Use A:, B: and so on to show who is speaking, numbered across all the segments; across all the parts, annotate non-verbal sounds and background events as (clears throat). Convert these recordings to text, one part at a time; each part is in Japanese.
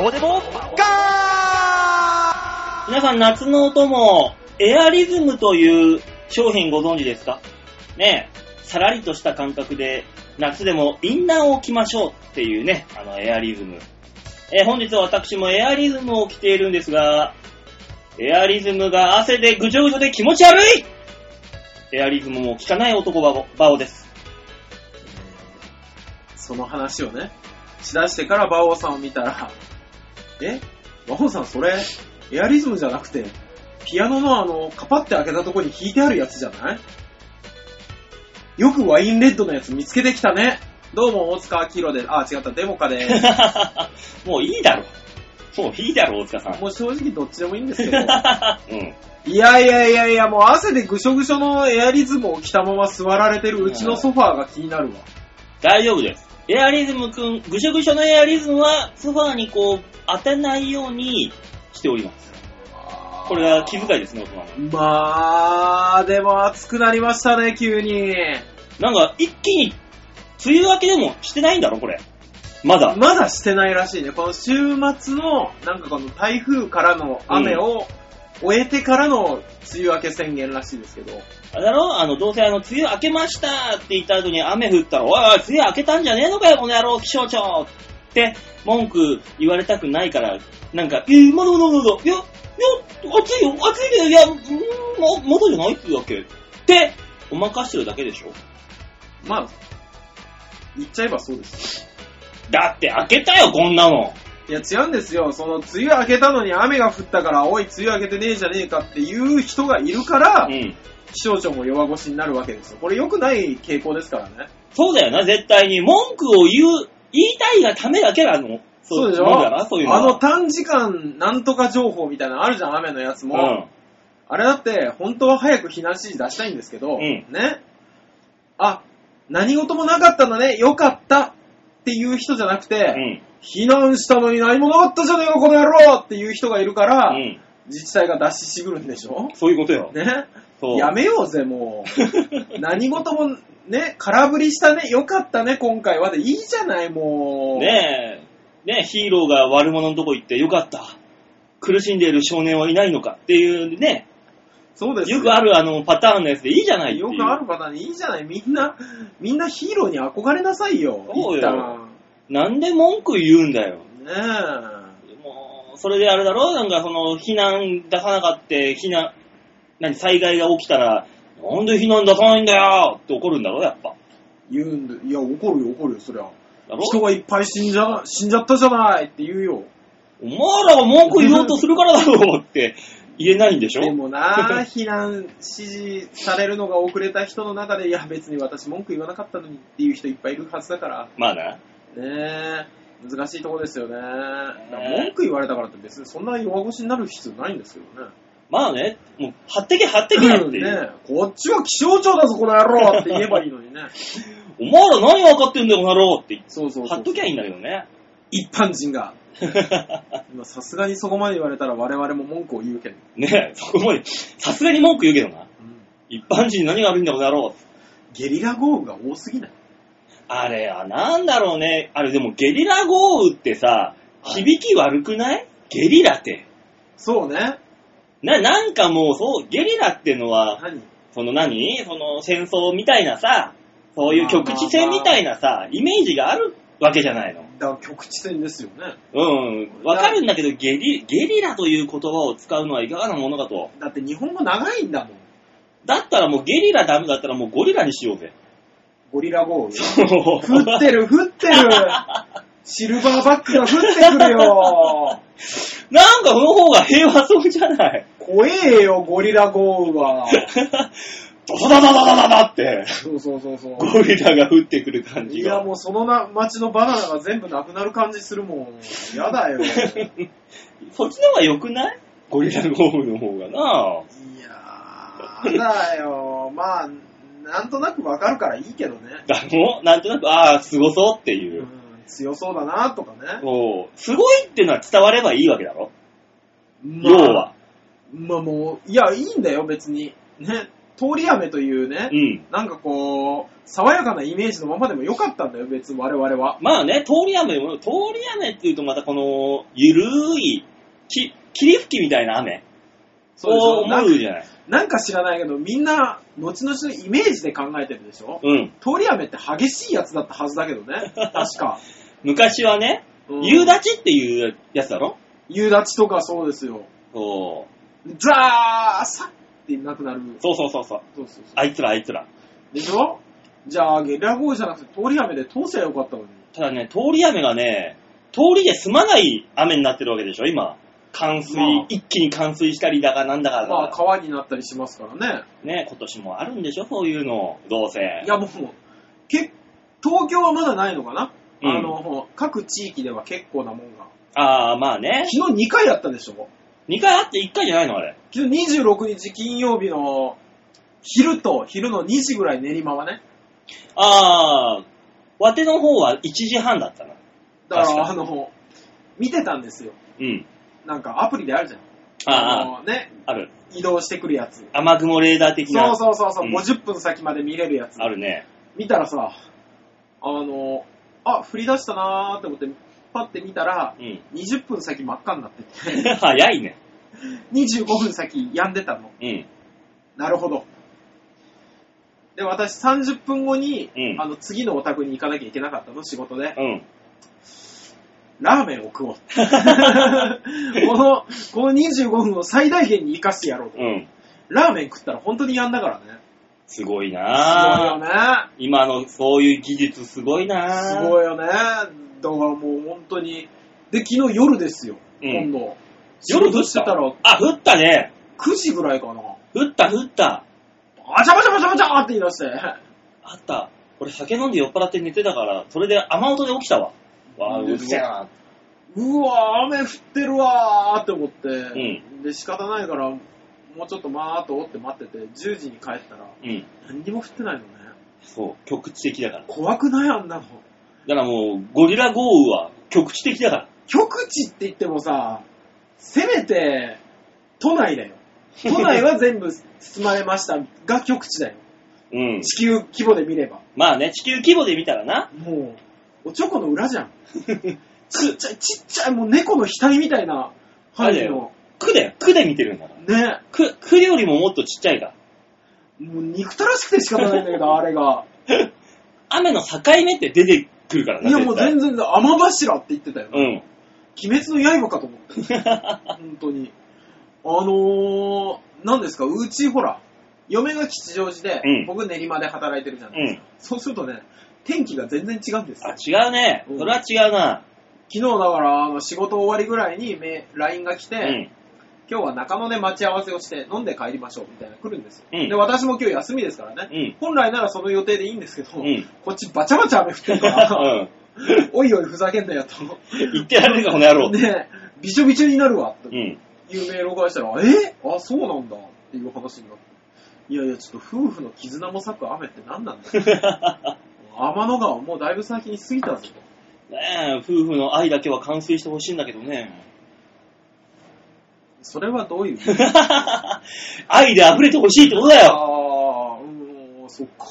A: オデボガ
B: 皆さん夏のお供、エアリズムという商品ご存知ですかねえ、さらりとした感覚で夏でもインナーを着ましょうっていうね、あのエアリズム。えー本日は私もエアリズムを着ているんですが、エアリズムが汗でぐじょぐじょで気持ち悪いエアリズムも効かない男バオバオです。 (laughs)
C: その話をね、しだしてから馬王さんを見たら、え馬王さんそれ、エアリズムじゃなくて、ピアノのあの、カパって開けたとこに弾いてあるやつじゃないよくワインレッドのやつ見つけてきたね。どうも、大塚明宏で、あ、違った、デモカで (laughs) す。
B: もういいだろ。もう (laughs) いいだろ、大塚さん。
C: もう正直どっちでもいいんですけど。
B: (laughs) うん。
C: いやいやいやいや、もう汗でぐしょぐしょのエアリズムを着たまま座られてるうちのソファーが気になるわ。
B: 大丈夫です。エアリズムくん、ぐしょぐしょのエアリズムは、ソファーにこう、当てないようにしております。これが気遣いですね、大人の。
C: まあ、でも暑くなりましたね、急に。
B: なんか、一気に、梅雨明けでもしてないんだろ、これ。まだ。
C: (laughs) まだしてないらしいね。この週末の、なんかこの台風からの雨を終えてからの梅雨明け宣言らしいですけど。
B: あれだろあの、どうせあの、梅雨明けましたって言った後に雨降ったら、おいおい、梅雨明けたんじゃねえのかよ、この野郎、気象庁って、文句言われたくないから、なんか、えー、まだまだまだまだ、いや、いや、暑いよ、暑いけど、いや、うーんま、まだじゃないってだけ。って、おまかしてるだけでしょ
C: まあ、言っちゃえばそうです。
B: だって開けたよ、こんなの。
C: いや、違うんですよ。その、梅雨明けたのに雨が降ったから、おい、梅雨明けてねえじゃねえかっていう人がいるから、
B: うん。
C: 気象庁も弱腰になるわけですよ。これ良くない傾向ですからね。
B: そうだよな、絶対に。文句を言う、言いたいがためだけなの。
C: そうでし
B: い
C: ょ
B: もんだな、そういうのは。
C: あの短時間なんとか情報みたいなのあるじゃん、雨のやつも。あれだって、本当は早く避難指示出したいんですけど、
B: ん
C: ね。あ、何事もなかったんだね、よかったっていう人じゃなくて、
B: うん。うん。
C: 避難したのに何もなかったじゃねえか、この野郎っていう人がいるから、
B: うん。
C: 自治体が出ししぐるんでしょ
B: そういうことよ。
C: ね。
B: そう。
C: やめようぜ、も
B: (laughs)
C: う。何事もね、空振りしたね、よかったね、今回はでいいじゃない、もう。
B: ねえ。ねえ、ヒーローが悪者のとこ行ってよかった。苦しんでいる少年はいないのかっていうね、
C: そうです
B: よくあるあのパターンのやつでいいじゃないってい
C: よ
B: う
C: くあるパターンでいいじゃない。みんな、みんなヒーローに憧れなさいよ。
B: そうよ
C: 一旦
B: なんで文句言うんだよ。
C: ね
B: もう、それであれだろなんかその、避難出さなかって、避難、何、災害が起きたら、なんで避難出さないんだよって怒るんだろやっぱ。
C: え。言うんで、いや、怒るよ、怒るよ、そりゃ。
B: だろ
C: 人がいっぱい死んじゃ、死んじゃったじゃないって言うよ。
B: お前らが文句言おうとするからだろうって言えないんでしょ
C: でもな避難指示されるのが遅れた人の中で、いや、別に私文句言わなかったのにっていう人いっぱいいるはずだから、
B: まあな。
C: ねえ、難しいとこですよね。だから文句言われたからって別にそんな弱腰になる必要ないんですけどね。
B: まあね、もう、貼ってけ貼ってけやっていう。
C: ねえこっちは気象庁だぞ、この野郎って言えばいいのにね。
B: お前ら何分かってんだよ、この野郎って。
C: そうそうそう
B: 貼っときゃいいんだけどね。
C: 一般人 (laughs) が。今さすがにそこまで言われたら我々も文句を言うけど。
B: ねえ、 (laughs) そこまで、さすがに文句言うけどな。一般人に何が悪いんだ、この野郎って。
C: ゲリラ豪雨が多すぎない
B: あれは、なんだろうね。あれでも、ゲリラ豪雨ってさ、
C: はい
B: 響き悪くない、ゲリラって。
C: そうね。
B: な、なんかもう、そう、ゲリラってのは、
C: 何
B: その何その戦争みたいなさ、そういう局地戦みたいなさ、イメージがあるわけじゃないの。
C: だから局地戦ですよね。
B: うん。わかるんだけど、ゲリ、ゲリラという言葉を使うのはいかがなものかと。
C: だって日本語長いんだもん。
B: だったらもうゲリラダメだったらもうゴリラにしようぜ。
C: ゴリラ豪雨。
B: 降
C: 降って (laughs) る、降ってる。シルバーバックが降ってくるよ。
B: (laughs) なんかその方が平和そうじゃない。 (laughs)
C: 怖えよ、ゴリラ豪雨は。
B: ドドドドドドドって、
C: そうそうそうそう。
B: ゴリラが降ってくる感じ
C: いや、
B: が。
C: もうそのな街のバナナが全部なくなる感じするもん。やだよ。
B: そっちの方が良くないゴリラ豪雨の方がない
C: やー、だよ。まあ、なんとなくわかるからいいけどね。
B: だもうなんとなく、ああ、すごそうっていうう。
C: ん、強そうだなとかね。
B: そう。すごいっていうのは伝わればいいわけだろ、
C: ま
B: 要
C: あ
B: は。
C: まあもう、いや、いいんだよ、別に。ね。通り雨というね
B: う、ん。
C: なんかこう、爽やかなイメージのままでもよかったんだよ、別に我々は。
B: まあね、通り雨も、通り雨っていうとまたこの、ゆるい、き、霧吹きみたいな雨
C: そうでし
B: を
C: ょな
B: 思
C: んか
B: うじゃない。
C: なんか知らないけど、みんな、後々のイメージで考えてるでしょ
B: うん。
C: 通り雨って激しいやつだったはずだけどね、確か。
B: 昔はね、
C: うん
B: 夕立っていうやつだろ
C: 夕立ちとかそうですよ。
B: そう
C: ザーサっていなくなる。
B: そうそうそうそう。
C: そうそうそ
B: あいつらあいつら。
C: う。でしょじゃあ、ゲリラ豪雨じゃなくて通り雨で通せばよかったのに。
B: ただね、通り雨がね、通りで済まない雨になってるわけでしょ、今。冠水、
C: まあ
B: 一気に冠水したりだかなんだかだか
C: まあ、川になったりしますからね。
B: ね、今年もあるんでしょ、そういうの。どうせ。
C: いや、もう、け東京はまだないのかな、
B: うん
C: あの、各地域では結構なもんが。
B: ああ、まあね。
C: 昨日2回やったでしょ
B: 2回あって1回じゃないの、あれ。
C: 昨日26日金曜日の昼と昼の2時ぐらい練馬はね。
B: ああ、わての方は1時半だったな。
C: だか
B: 確
C: ら、
B: か
C: あの、見てたんですよ。
B: うん。
C: なんかアプリであるじゃん。
B: ああ、
C: のね、
B: ある。
C: 移動してくるやつ。
B: 雨雲レーダー的
C: そ
B: な。
C: うそうそうそう、
B: うん
C: 50分先まで見れるやつ。
B: あるね。
C: 見たらさ、あの、あ、降り出したなーって思って、パッて見たら、
B: うん。 (laughs)
C: 20分先真っ赤になってて、 (laughs)
B: 早いね。
C: 25分先止んでたの。
B: うん。
C: なるほど。で、私30分後に、
B: うん
C: あの、次のお宅に行かなきゃいけなかったの、仕事で。 (laughs)
B: うん。
C: ラーメンを
B: (laughs)
C: 食おう。この、この25分を最大限に活かしてやろうと。
B: うん。
C: ラーメン食ったら本当にやんだからね。
B: すごい
C: すごい
B: な
C: よ
B: ぁ。
C: ね。
B: 今のそういう技術すごいなぁ。
C: す
B: い。
C: ごいよね。だからもう本当に。で、昨日夜ですよ、
B: うん
C: 今度。
B: 夜
C: 仕事
B: 降っ
C: して
B: た
C: たら
B: あ、降ったね。
C: 9時ぐらいかな。
B: 降った降った。
C: あちゃばちゃばちゃばちゃって言い (laughs) 出して。
B: あった。俺酒飲んで酔っ払って寝てたから、それで雨音で起きたわ。わあ、うるせえな
C: うわ、雨降ってるわーって思って。
B: う
C: で、仕方ないから、もうちょっとまーっと追って待ってて、10時に帰ったら、
B: うん。
C: 何にも降ってないのね。
B: そう、局地的だから。
C: 怖くないあんな
B: だ
C: の。
B: からもう、ゴリラ豪雨は局地的だから。
C: 極地って言ってもさ、せめて、都内
B: (laughs)
C: だよ。都内は全部包まれましたが極地だよ。
B: うん。
C: 地球規模で見れば。
B: まあね、地球規模で見たらな。 (laughs)
C: もう、おちょこの裏じゃん。ちっちゃい、ちっちゃい、もう猫の額みたいな範囲の。
B: 区だよ。区で見てるんだから。
C: ね。
B: 区、区よりももっとちっちゃいから。 (laughs)
C: もう憎たらしくて仕方ないんだけど、あれが。
B: 雨の境目って出てくるからな。
C: いや、もう
B: 絶対
C: 全然、雨柱って言ってたよ。
B: うん。
C: 鬼滅の刃かと思った。
B: (laughs)
C: 本当に。あのー、何ですか、うちほら、嫁が吉祥寺で、
B: うん
C: 僕練馬で働いてるじゃない、
B: うん。
C: そうするとね、天気が全然違うんです
B: あ
C: よ。、
B: 違うね。
C: うん
B: それは違うな。
C: 昨日だから、あの仕事終わりぐらいにメ LINE が来て、
B: うん。
C: 今日は中野で待ち合わせをして飲んで帰りましょうみたいなの来るんですよ、
B: うん
C: で私も今日休みですからね、
B: うん。
C: 本来ならその予定でいいんですけど、
B: うん。
C: こっちバチャバチャ雨降 (laughs) ってる
B: (laughs)
C: から、
B: うん。
C: おいおいふざけんなよと
B: 言ってられるか、この野郎。
C: ねえびしょびしょになるわ
B: (laughs)
C: と
B: う。
C: いうんメールを返したら、えあそうなんだっていう話になっていやいやちょっと夫婦の絆も咲く雨って何なん
B: (laughs)
C: だ天の川もうだいぶ先に過ぎたぞと
B: ねえ、夫婦の愛だけは完遂してほしいんだけどね。 (laughs)
C: それはどういう
B: (laughs) 愛で溢れてほしいってことだよ。
C: ああ、うん、そっか。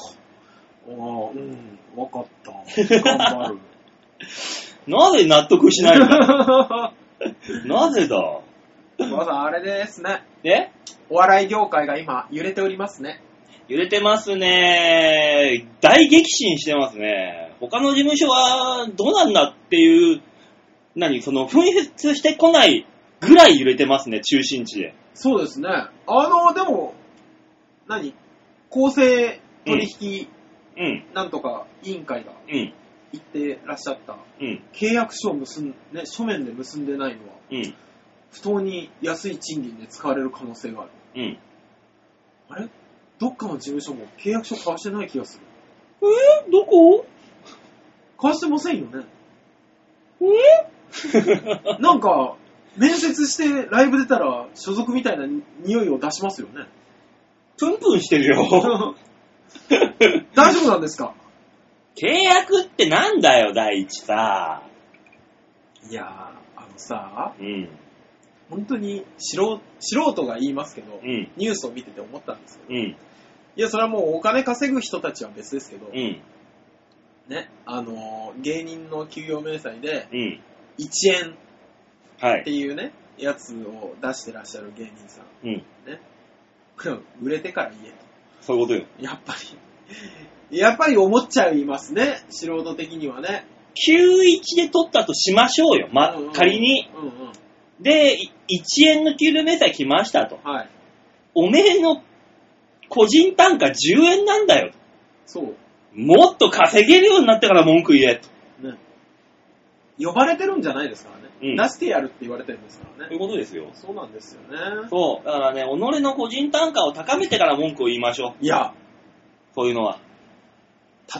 C: ああ、うん、わかった。頑張る。
B: なぜ納得
C: (laughs)
B: しないのなぜだ
C: まだあれですね。
B: え
C: お笑い業界が今揺れておりますね。
B: 揺れてますね。大激震してますね。他の事務所はどうなんだっていう、何、その、紛失してこないぐらい揺れてますね、中心地で。
C: そうですね。あの、でも、何公正取引
B: うん、
C: なんとか委員会が
B: うん、
C: 言ってらっしゃった。
B: うん、
C: 契約書を結ん、ね、書面で結んでないのは、
B: うん、
C: 不当に安い賃金で使われる可能性がある。
B: うん。
C: あれどっかの事務所も契約書交わしてない気がする。
B: えどこ
C: 交わしてませんよね。
B: え
C: なんか、面接してライブ出たら所属みたいなに匂いを出しますよ (laughs) ね。
B: (laughs) プンプンしてるよ。
C: 大丈夫なんですか
B: (laughs) 契約ってなんだよ、第一さ。
C: いやー、あのさ、
B: うん、
C: 本当に素人素人が言いますけど、
B: うん、
C: ニュースを見てて思ったんですけど、
B: うん、
C: いや、それはもうお金稼ぐ人たちは別ですけど、
B: うん。
C: ね、あのー芸人の給与明細で、
B: うん。
C: 1円
B: は
C: って
B: い。
C: いうね、やつを出してらっしゃる芸人さん。
B: うん。
C: これは売れてから言え
B: そういうことよ。
C: と。やっぱり、やっぱり思っちゃいますね、素人的にはね。
B: 91で取ったとしましょうよ。ま
C: うんうん、
B: 仮に。。
C: うんうん。
B: で、い1円の給料明細来ましたと。
C: はい。
B: おめえの個人単価10円なんだよ。
C: そう。
B: もっと稼げるようになってから文句言え。と
C: ね。呼ばれてるんじゃないですからね。
B: うん
C: 出してやるって言われてるんですから
B: い
C: ね。
B: うことですよ。
C: そうなんですよね。
B: そう。だからね、己の個人単価を高めてから文句を言いましょう。
C: いや、
B: そういうのは。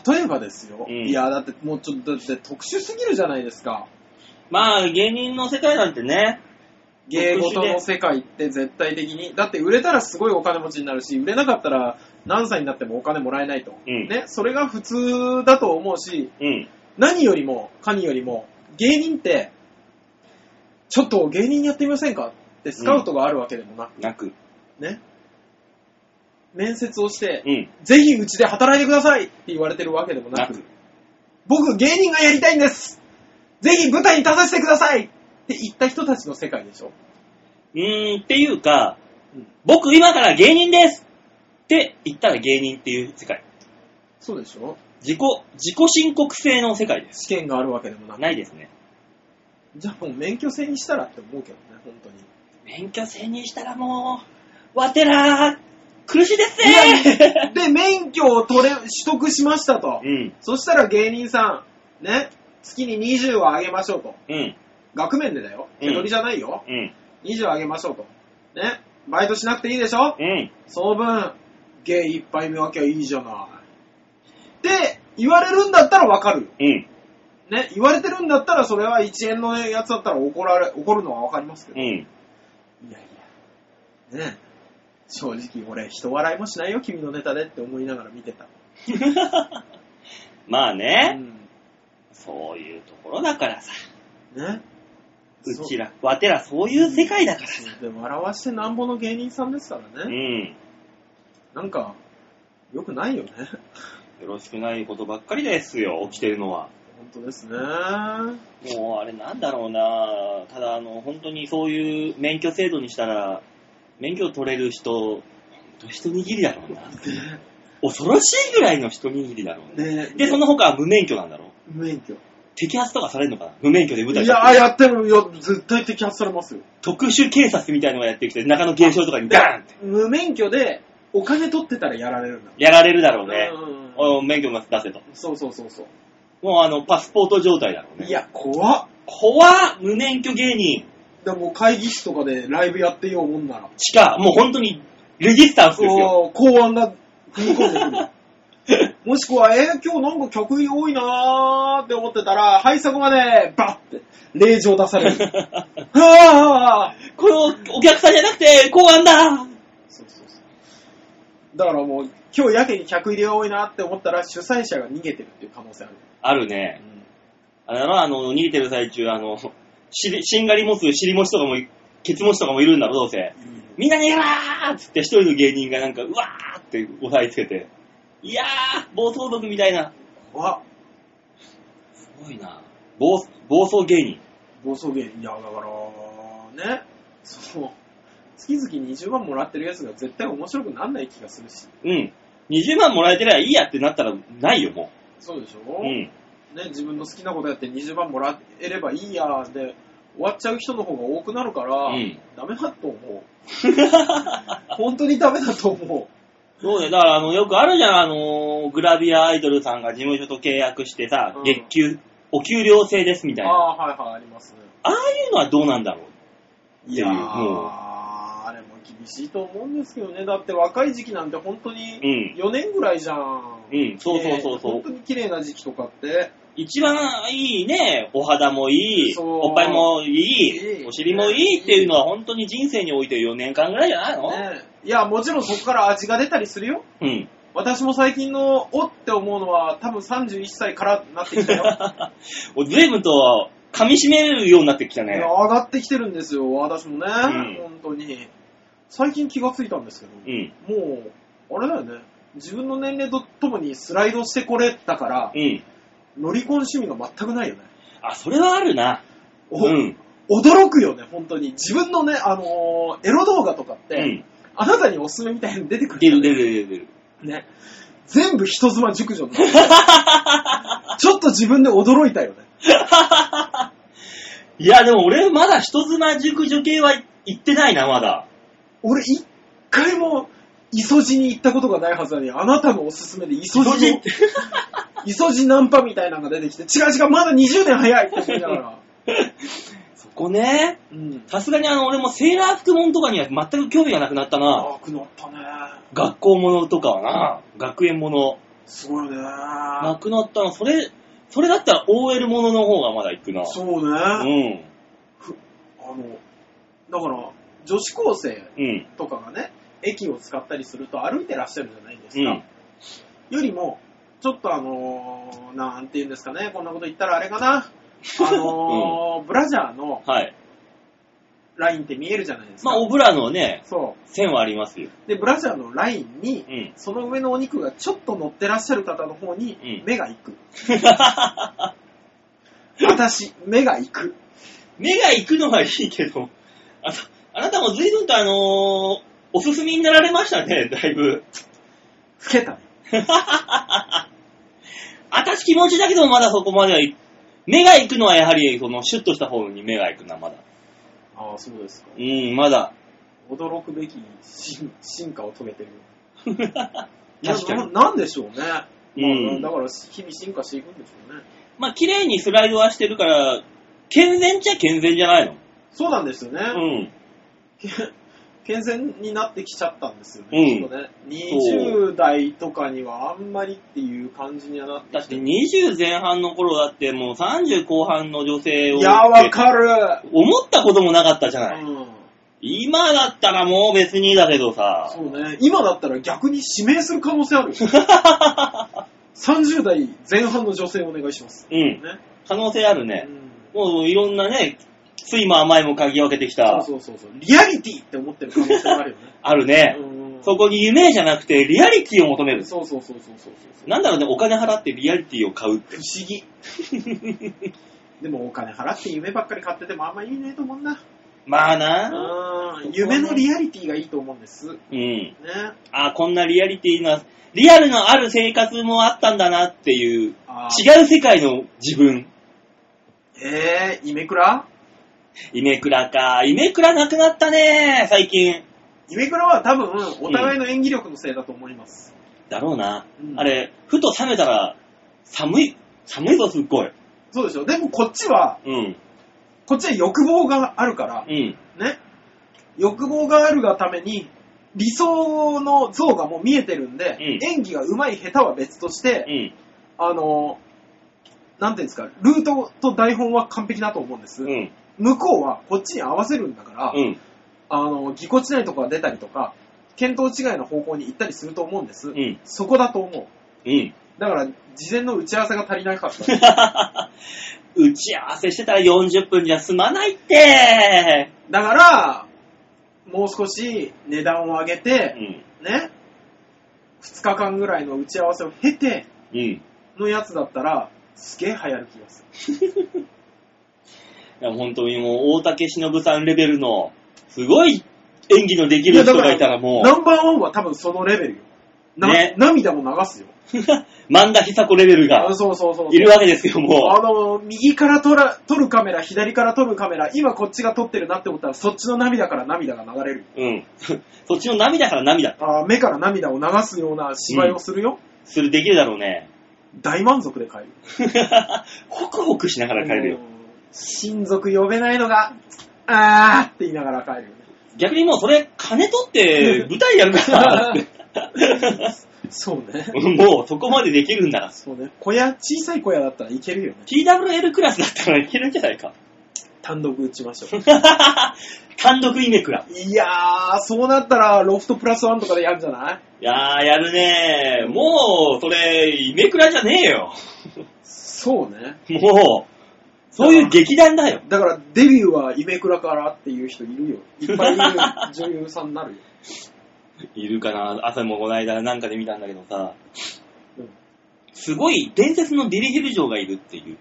C: 例えばですよ。
B: うん
C: いや、だってもうちょっと、だって特殊すぎるじゃないですか。
B: まあ、芸人の世界なんてね。
C: 芸事
B: 特殊
C: の
B: で
C: 世界って絶対的に。だって売れたらすごいお金持ちになるし、売れなかったら何歳になってもお金もらえないと。
B: うん
C: ね、それが普通だと思うし、
B: うん。
C: 何よりも、かによりも、芸人って、ちょっと芸人やってみませんかってスカウトがあるわけでもなく、
B: なく。
C: ね。面接をして、
B: うん。
C: ぜひうちで働いてくださいって言われてるわけでもなく、
B: なく
C: 僕芸人がやりたいんですぜひ舞台に立たせてくださいって言った人たちの世界でしょ。
B: うーん、っていうか、
C: うん
B: 僕今から芸人ですって言ったら芸人っていう世界。
C: そうでしょ
B: 自己、自己申告制の世界です。
C: 試験があるわけでもなく。
B: ないですね。
C: じゃあもう免許制にしたらって思うけどね、本当に。
B: 免許制にしたらもう、わてらー、苦しいです
C: い
B: ね
C: やで、免許を取れ、取得しましたと。
B: うん、
C: そしたら芸人さん、ね、月に20はあげましょうと。
B: うん、
C: 額面でだよ。
B: う
C: 手
B: ん
C: 取りじゃないよ。
B: うん、
C: 20はあげましょうと。ね、バイトしなくていいでしょ
B: うん。
C: その分、芸いっぱい見分けはいいじゃない。で、言われるんだったらわかるよ。
B: うん、
C: ね、言われてるんだったらそれは1円のやつだったら怒られ、怒るのはわかりますけど。
B: うん。
C: いやいや。ねえ。正直俺、人笑いもしないよ、君のネタでって思いながら見てた。
B: まあ
C: う
B: ね、
C: ん
B: そういうところだからさ。
C: ね。
B: うちら、わてらそういう世界だからさ。
C: そうで、笑わしてなんぼの芸人さんですか
B: う
C: らね。
B: ん。
C: なんか、よくないよね。
B: よろしくないことばっかりですよ、起きてるのは。
C: 本当ですね。は
B: もうあれなんだろうなただあの、本当にそういう免許制度にしたら、免許取れる人、ほんと一握りだろうな。恐ろしいぐらいの一握りだろうね。
C: ね
B: で、その他は無免許なんだろう。
C: 無免許。
B: 摘発とかされるのかな無免許で舞台
C: い
B: 立って
C: や、やってるよ。絶対摘発されますよ。
B: 特殊警察みたいのがやってきて、中野現象とかにダーンって
C: 無免許で、お金取ってたらやられるんだ。
B: やられるだろうね。
C: うん
B: お免許も出せと。
C: そうそうそうそう。
B: もうあの、パスポート状態だろうね。
C: い、や、怖っ。
B: 怖っ無免許芸人。
C: でも会議室とかでライブやってようもんなら。
B: しか、もう本当に、レジスタンスですよ。
C: おー公安が踏み込んでくる。 (laughs) もしくは、えー、今日なんか客多いなーって思ってたら、はい、そこまで、バッて、令状出
B: (laughs)
C: される。はぁー
B: (laughs) これお客さんじゃなくて、公安だ
C: そうそうそう。だからもう、今日やけに客入れが多いなって思ったら、主催者が逃げてるっていう可能性ある。
B: あるね。あれだろ、あの、逃げてる最中、あの、しり、しんがり持つ尻餅とかも、ケツ餅とかもいるんだろ、どうせ。みんな逃げろーっつって一人の芸人がなんか、うわーって押さえつけて。いやー、暴走族みたいな。
C: あ、
B: すごいな。暴、暴走芸人。
C: 暴走芸人、いや、だから、ね、その、月々20万もらってるやつが絶対面白くなんない気がするし。
B: うん。20万もらえてりゃいいやってなったら、ないよ、も
C: そうでしょ
B: う。うん。
C: ね、自分の好きなことやって20万もらえればいいやで終わっちゃう人の方が多くなるから、
B: うん
C: ダメだと思う (laughs) 本当にダメだと思
B: そうね、だからあの、よくあるじゃん、あのーグラビアアイドルさんが事務所と契約してさ、
C: うん
B: 月給、お給料制ですみ
C: う
B: たいな。あ
C: ああーはいはいありますね
B: あいうのはどうなんだろう。
C: いやー
B: っていうもう
C: あれも厳しいと思うんですけどねだって若い時期なんて本当に
B: う
C: 4年ぐらいじゃん、
B: ん。うん、そうそうそうそ
C: ね
B: う
C: 本。当に綺麗な時期とかって
B: 一番いいね、お肌もいい、
C: そう
B: おっぱいもい
C: い
B: い、
C: い
B: お尻もいいっていうのは本当に人生において4年間ぐらいじゃないの、
C: ねいやもちろんそこから味が出たりするよ
B: うん。
C: 私も最近のおって思うのは多分31歳からなってきたよ
B: お随分と噛み締めるようになってきた (laughs)
C: い
B: ね
C: や。上がってきてるんですよ、私もね、
B: ん
C: 本当に。最近気がついたんですけど、
B: うん。
C: もう、あれだよね、自分の年齢とともにスライドしてこれたから、
B: うん。
C: 乗り込む趣味が全くないよね。
B: あ、それはあるな。
C: お
B: うん。
C: 驚くよね、本当に。自分のね、あのーエロ動画とかって、
B: うん。
C: あなたにおすすめみたいに出てくる
B: 出
C: じゃ
B: る
C: ん
B: 出る出る出る。
C: ね。全部人妻熟女になるちょっと自分で驚いたよね。
B: いや、でも俺まだ人妻熟女系は行ってないな、まだ。
C: 俺一回も、磯路に行ったことがないはずなのに、あなたのおすすめで磯路の
B: っ、
C: 磯路ナンパみたいなのが出てきて、違う違う、まだ20年早いって思いながら。
B: そこね。
C: うん。
B: さすがにあの、俺もセーラー服もんとかには全く興味がなくなったな。
C: あくなったね。
B: 学校ものとかはな。学園もの。
C: すごいね。
B: なくなったな。それ、それだったら OL ものの方がまだ行くな。
C: そう
B: う
C: ね。
B: ん。
C: あの、だから、女子高生
B: うん。
C: とかがね、駅を使ったりすると歩いてらっしゃるじゃないです
B: う
C: か。
B: ん。
C: よりも、ちょっとあのーなんて言うんですかね、こんなこと言ったらあれかな。あ
B: (laughs)
C: のーブラジャーの
B: はい。
C: ラインって見えるじゃないですか。
B: まあ、オブラのね、
C: そ
B: 線はありますよ。
C: う。で、ブラジャーのラインに
B: う、ん。 (laughs)
C: その上のお肉がちょっと乗ってらっしゃる方の方
B: う
C: に
B: ん
C: 目が行く。私、目が行く。
B: 目が行くのはいいけど、あとあなたも随分とあのーおすすめになられましたね、だいぶ。
C: 老けたね。
B: あたし気持ちだけどまだそこまではい、目が行くのはやはり、その、シュッとした方に目が行くな、まだ。
C: ああ、そうですか。
B: うん、ま (laughs) だ。
C: 驚くべき進進化を遂げてる。いや
B: 確かに。
C: ななんでしょうね。
B: う
C: まあ
B: ん
C: だ。から日々進化していくんでしょうね。
B: まあ、綺麗にスライドはしてるから、健全っちゃ健全じゃないの。
C: そうなんですよね。
B: うん。
C: け健全になってきちゃったんですよね、
B: うん
C: きっとね。20代とかにはあんまりっていう感じにはなって
B: だ
C: き
B: って
C: て。
B: 20前半の頃だってもう30後半の女性を。
C: いや、わかる、
B: 思ったこともなかったじゃない。
C: うん。
B: 今だったらもう別にだけどさ。
C: そうね。今だったら逆に指名する可能性あるよ。30代前半の女性お願いします。
B: うん。
C: ね。
B: 可能性ある
C: う
B: ね。
C: ん
B: もういろんなね、酸いも甘いも嗅ぎ分けてきた。
C: そうそうそうそう。リアリティって思ってる可能性があるよ (laughs) ね。
B: あるね。
C: うん
B: そこに夢じゃなくてリアリティを求める。
C: そうそうそうそうそうそうそう。
B: なんだろうね、お金払ってリアリティを買うって
C: 不。思議。でもお金払って夢ばっかり買っててもあんま意味ないと思うんだ。
B: まあな。
C: うん。夢のリアリティがいいと思うんです。ね。
B: うん。あ、こんなリアリティな、リアルのある生活もあったんだなっていう、
C: あー
B: 違う世界の自分。
C: えー、イメクラ
B: イメクラか。イメクラなくなったね、最近。
C: イメクラは多分、お互いの演技力のせいだと思います。
B: だろうな。
C: うん
B: あれ、ふと冷めたら、寒い、寒いぞ、すっごい。
C: そうでしょ。でもこっちは、
B: うん。
C: こっちは欲望があるから、
B: うん。
C: ね。欲望があるがために、理想の像がもう見えてるんで、
B: うん
C: 演技が上手い下手は別として、
B: うん。
C: あの、なんていうんですか、ルートと台本は完璧だと思うんです。
B: うん。
C: 向こうはこっちに合わせるんだから、
B: うん。
C: あの、ぎこちないとこが出たりとか、見当違いの方向に行ったりすると思うんです。
B: うん。
C: そこだと思
B: う
C: う。
B: ん。 (laughs)
C: だから、事前の打ち合わせが足りなかった。 (laughs)
B: 打ち合わせしてたら40分じゃ済まないって。
C: だから、もう少し値段を上げ
B: う
C: て、
B: ん。
C: ね、2日間ぐらいの打ち合わせを経て
B: うん。
C: のやつだったら、すげえ流行る気がする。
B: いや、本当にもう、大竹しのぶさんレベルの、すごい演技のできる
C: やだ
B: 人
C: か
B: が
C: ら
B: いたらも
C: ナンバーワンは多分そのレベルよ。な
B: ね
C: 涙も流すよ。
B: う、 (laughs) 万田久子レベル
C: あ
B: が
C: そうそうそうそう。
B: いるわけですよ、も
C: あの、右から撮ら撮るカメラ、左から撮るカメラ、今こっちが撮ってるなって思ったら、そっちの涙から涙が流れる。
B: う。うん。 (laughs) そっちの涙から涙、
C: あー目から涙を流すような芝居をするよ。
B: する、できるだろうね。 (laughs)
C: 大満足で帰る。
B: ホクホクしながら帰るよ
C: う。ん親族呼べないのが、あーって言いながら帰るよね。
B: 逆にもうそれ、金取って、舞台やる
C: (laughs)
B: からって。
C: そうね。
B: もうそこまでできるんだから。
C: そうね。小屋、小さい小屋だったらいけるよね。
B: TWL クラスだったらいけるんじゃないか。 (laughs)
C: 単独打ちましょう。
B: 単独イメクラ。
C: いやー、そうなったら、ロフトプラスワンとかでやるんじゃない
B: いやー、やるねー。もう、それ、イメクラじゃねえよ。 (laughs)
C: そうね。
B: もう、そういう劇団だよ。
C: だから、 (laughs) デビューはイメクラからっていう人いるよ。いっぱいいる女優さんになるよ。
B: いるかな朝もこの間なんかで見たんだけどさ
C: うん、
B: すごい伝説のディリヘル嬢がいるっていう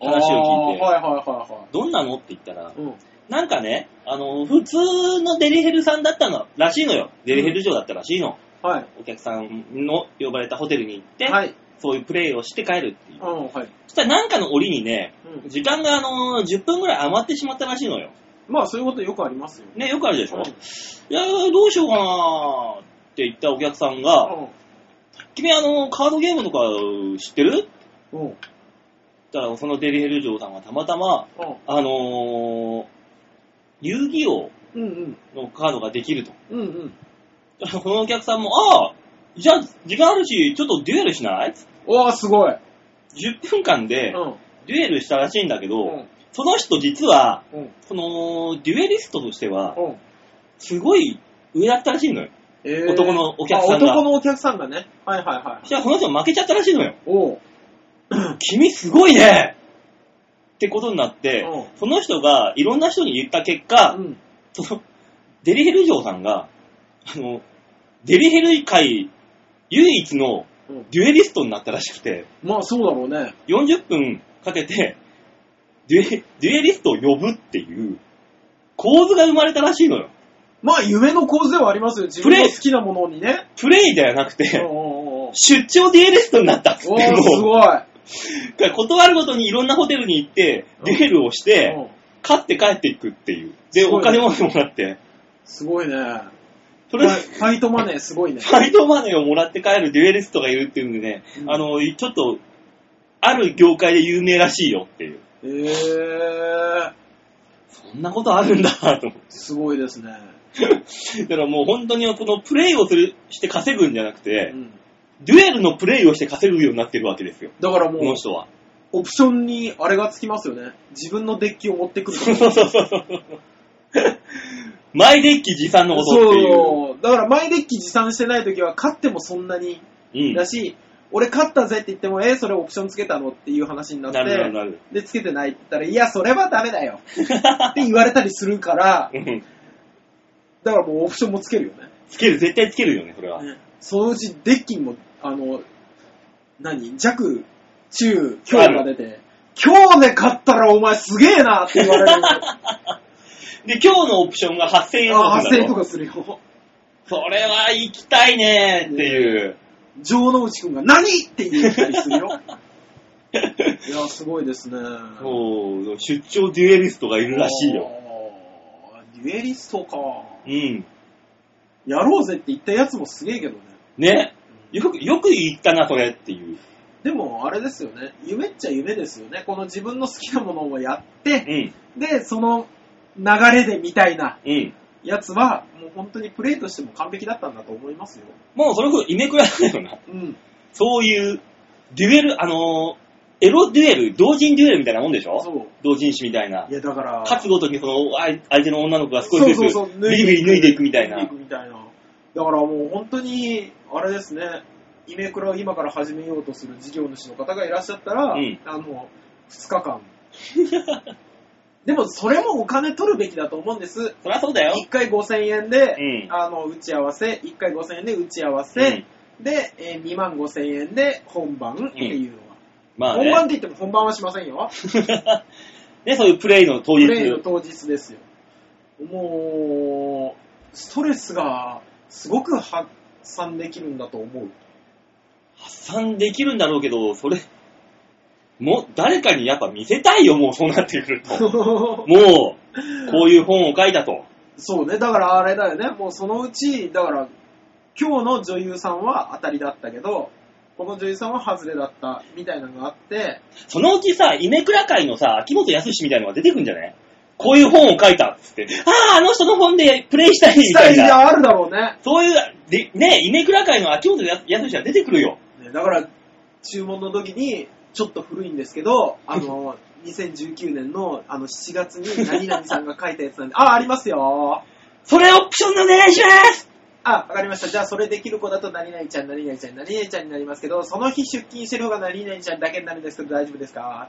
B: 話を聞い
C: あー
B: て、
C: はいはいはいは
B: どんなのって言ったら、
C: い。うん。
B: なんかね、あの、普通のデリヘルさんだったの、らしいのよ。デリヘル嬢だったらしいの。
C: はい。
B: お客さんの呼ばれたホテルに行って、
C: はい。
B: そういうプレイをして帰るっていう
C: う。ん、はい。
B: そしたらなんかの折にね、
C: うん。
B: 時間があの、10分ぐらい余ってしまったらしいのよ。
C: まあ、そういうことよくありますよ。
B: ね、よくあるでし
C: うん
B: ょ。いやー、どうしようかなーって言ったお客さんが、君あの、カードゲームとか知ってるって
C: うん。うん。
B: 言ったら、そのデリヘル嬢さんがたまたま、あのー、遊戯王
C: うん。うん。
B: のカードができると。 (laughs)
C: うん。うん。
B: このお客さんも、ああ、じゃあ、時間あるし、ちょっとデュエルしない
C: おー、すごい。
B: ?10 分間
C: う
B: で
C: ん。
B: デュエルしたらしいんだけど、
C: うん。
B: その人実は、
C: うん。
B: その、デュエリストとしては、
C: うん。
B: すごい上だったらしいのよ。
C: えー
B: 男のお客さんが
C: あ男のお客さんがね。はいはいは
B: そ
C: い
B: し。たらこの人負けちゃったらしいのよ。
C: おー。
B: 君すごいねってことになって、
C: う
B: その人がいろんな人に言った結果、
C: ん。
B: その、デリヘル嬢さんが、あの、デリヘル界唯一の
C: うん。
B: デュエリストになったらしくて、
C: まあ、そうだろうね。
B: 40分かけてデュエ、デュエリストを呼ぶっていう構図が生まれたらしいのよ。
C: まあ、夢の構図ではありますよ。自
B: プ
C: 分
B: レイ
C: の好きなものにね。
B: プレイ (laughs) ではなく
C: うん
B: て、
C: うんうんうん。
B: 出張デュエリストになったっつっ
C: お
B: て、
C: ー、す
B: もう、
C: ごい。
B: 断るごとにいろんなホテルに行って、
C: うん
B: デュエルをして、
C: うん
B: 勝って帰っていくっていう。で、
C: すご
B: お
C: い
B: 金ももらって、
C: すごいね。
B: それ、
C: ファイトマネーすごいね。
B: ファイトマネーをもらって帰るデュエリストがいるっていうんでね、
C: うん
B: あの、ちょっと、ある業界で有名らしいよっていう。
C: えー、
B: そんなことあるんだなと思って。
C: すごいですね。
B: だからもう本当にこのプレイをする、して稼ぐんじゃなくて、
C: うん
B: デュエルのプレイをして稼ぐようになってるわけですよ。
C: だから
B: こ
C: もう
B: の、人は。 (laughs)
C: オプションにあれがつきますよね。自分のデッキを持ってくる。
B: そうそうそうそう。マイデッキ持参のことっていう。
C: そう。だから、マイデッキ持参してない時は、勝ってもそんなに
B: うん。
C: だし、俺勝ったぜって言っても、えー、それオプションつけたのっていう話になっ
B: なるなる
C: て、
B: なる。
C: で、つけてないって言ったら、いや、それはダメだよって言われたりするから、
B: (laughs) うん
C: だからもうオプションもつけるよね。
B: つける、絶対つけるよね、それは。
C: そのうちデッキにも、あの、何弱、中、強が出て、今日で勝ったらお前すげえなって言われる。
B: で、今日のオプションが8000円と
C: あ
B: か
C: あ、
B: なんだ
C: 8000
B: ろ
C: とかするよ。
B: それは行きたいねーっていう。
C: 城之内くんが何って言ったりするよ。いや、すごいですね。
B: (laughs) そう、出張デュエリストがいるらしいよ。
C: あー。デュエリストか。
B: うん。
C: やろうぜって言ったやつもすげえけどね。
B: ね。よく、よく言ったな、これっていう。
C: でも、あれですよね。夢っちゃ夢ですよね。この自分の好きなものをやって、
B: うん。
C: で、その流れでみたいな
B: うん。
C: やつは、もう本当にプレイとしても完璧だったんだと思いますよ。
B: もうそれこそイメクラだよな。
C: うん。
B: そういう、デュエル、あのーエロデュエル、同人デュエルみたいなもんでしょ
C: そ
B: 同人誌みたいな
C: う。い。や、だから、
B: 勝つごとにその、あい相手の女の子が少しずつ、
C: そうそうそう
B: ビリビリ脱いでいくみたい
C: 脱い
B: な
C: で。いくみたいな。だからもう本当に、あれですね、イメクラを今から始めようとする事業主の方がいらっしゃったら、
B: うん
C: あの、2日間。 (laughs) でもそれもお金取るべきだと思うんです。
B: そりゃそうだよ。
C: 1回5000円で、
B: うん
C: あの、打ち合わせ、1回5000円で打ち合わ
B: う
C: せ、
B: ん。
C: で、えー2万5000円で本番っていうのは。
B: まあ
C: 本番っ
B: ね。
C: て言っても本番はしませんよ。
B: ね、そういうプレイの当日
C: プ。レイの当日ですよ。もう、ストレスがすごく発散できるんだと思う。
B: 発散できるんだろうけど、それ、もう、誰かにやっぱ見せたいよ、もうそうなってくると。 (laughs) もう、こういう本を書いたと。
C: そうね、だからあれだよね、もうそのうち、だから、今日の女優さんは当たりだったけど、この女優さんは外れだったみたいなのがあって、
B: そのうちさ、イメクラ界のさ、秋元康みたいなのが出てくんじゃないこういう本を書いたっつって、ああ、あの人の本でプレイしたいみ
C: 期
B: たい
C: 待
B: な。
C: があるだろうね。
B: そういう、でね、イメクラ界の秋元康が出てくるよ。
C: ねだから、注文の時に、ちょっと古いんですけど、あの、2019年のあの7月に何々さんが書いたやつなんで、あ、ありますよ
B: それオプションでお願いします
C: あ、わかりました。じゃあ、それできる子だと、何々ちゃん、何々ちゃん、何々ちゃんになりますけど、その日出勤してる方が何々ちゃんだけになるんですけど、大丈夫ですか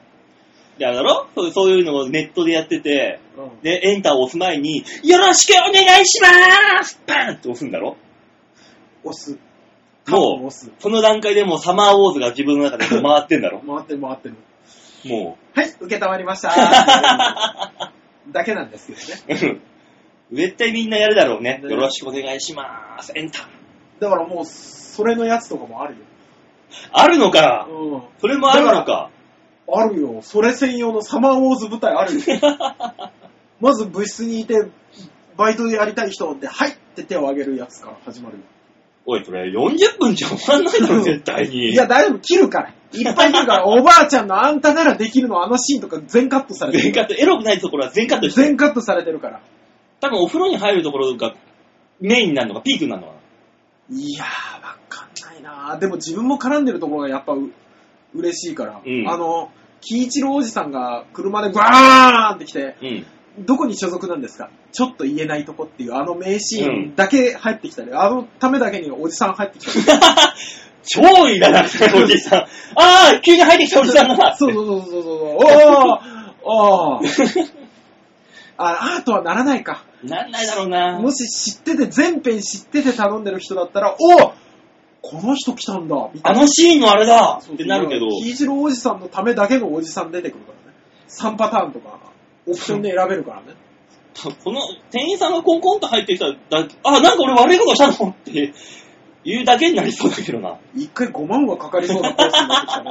B: いやだろそうそういうのをネットでやってて、
C: うん。
B: で、エンターを押す前に、よろしくお願いしますバンって押すんだろ
C: 押す。ターンを
B: も
C: 押す。
B: う、その段階でもうサマーウォーズが自分の中でもう回ってんだ
C: (laughs)
B: ろ。
C: 回ってる回ってる。
B: も
C: はい、受けたまりました (laughs) ー。だけなんですけどね。
B: う。 (laughs) 絶対みんなやるだろうね。
C: ね
B: よろしくお願いしまーす。エンター。
C: だからもう、それのやつとかもあるよ。
B: あるのか
C: うん。
B: それもあるのか。
C: あるよ。それ専用のサマーウォーズ部隊ある (laughs) よ。まず部室にいて、バイトでやりたい人って、はいって手を挙げるやつから始まるよ。
B: おい、それ40分じゃ終わんないだろ、絶対に。
C: いや、大丈夫、切るから。いっぱい切る
B: (laughs)
C: から、おばあちゃんのあんたならできるのあのシーンとか全カットされて
B: 全
C: るか
B: カット、エロくないところは全カット
C: ら。
B: して。
C: 全カットされてるから。
B: 多分お風呂に入るところがメインになるのか、ピークになるのかな。
C: いやー、わかんないなーでも自分も絡んでるところがやっぱう嬉しいから。
B: うん
C: あの、喜一郎おじさんが車でガーンって来て、
B: うん。
C: どこに所属なんですかちょっと言えないとこっていうあの名シーンだけ入ってきたり、あのためだけにおじさん入ってき
B: (laughs)
C: たり。
B: 超いらなくて、おじさん。あー、急に入ってきたおじさんが。
C: そうそうそうそうそう。おーおー
B: (laughs)
C: あ、アートはならないか。
B: なんないだろうな。
C: もし知ってて、全編知ってて頼んでる人だったら、おこの人来たんだみた
B: あ
C: いな。
B: のシーンのあれだ
C: そう
B: ってなるけど、
C: ヒージロおじさんのためだけのおじさん出てくるからね。3パターンとか、オプションで選べるからね。
B: この店員さんがコンコンと入ってきただけ、あ、なんか俺悪いことしたのって言うだけになりそうだけどな。
C: 1回5万はかかりそうなコースになってきた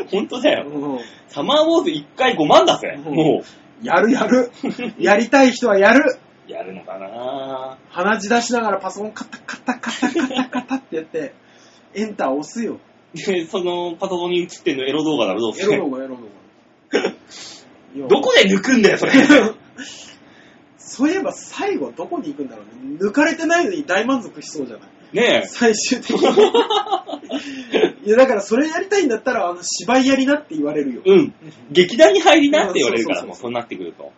C: ね。
B: ほんとだよ。
C: うん
B: サマーウォーズ1回5万だぜ。
C: うん
B: も
C: やるや
B: (laughs)
C: る。やりたい人はやる。
B: う、やるのかな
C: 鼻血出しながらパソコンカタカタカタカタカタってやって、エンター押すよ。
B: で、そのパソコンに映ってんのエロ動画だろ、どう
C: エ
B: せ。
C: ロ動画、エロ動
B: (laughs)
C: 画。
B: どこで抜くんだよ、そ
C: (laughs)
B: れ。
C: そういえば最後どこに行くんだろうね。抜かれてないのに大満足しそうじゃない
B: ねえ。
C: 最終的に。いや、だからそれやりたいんだったら、あの、芝居やりなって言われるよ。
B: うん。劇団に入りなって言われるから、
C: うん
B: も
C: そ
B: そ
C: うう
B: うなってくると。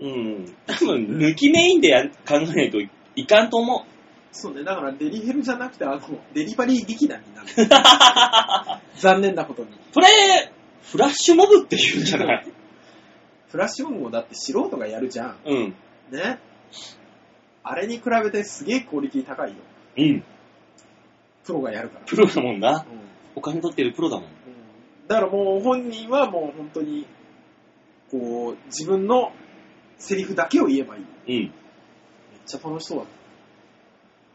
B: うん。多分、抜きメインでや考えないといかんと思
C: そうね、だからデリヘルじゃなくて、あの、デリバリー劇団になる。残念なことに。
B: う。それ、フラッシュモブって言うんじゃない
C: (laughs) フラッシュモブもだって素人がやるじゃん。
B: うん。
C: ね。あれに比べてすげえクオリティ高いよ。
B: うん。
C: プロがやるから。
B: プロだもんな。
C: うん
B: お金取ってるプロだもん。
C: うんだからもう本人はもう本当に、こう、自分のセリフだけを言えばいい。めっ
B: うん。
C: ちゃ楽しそうだっ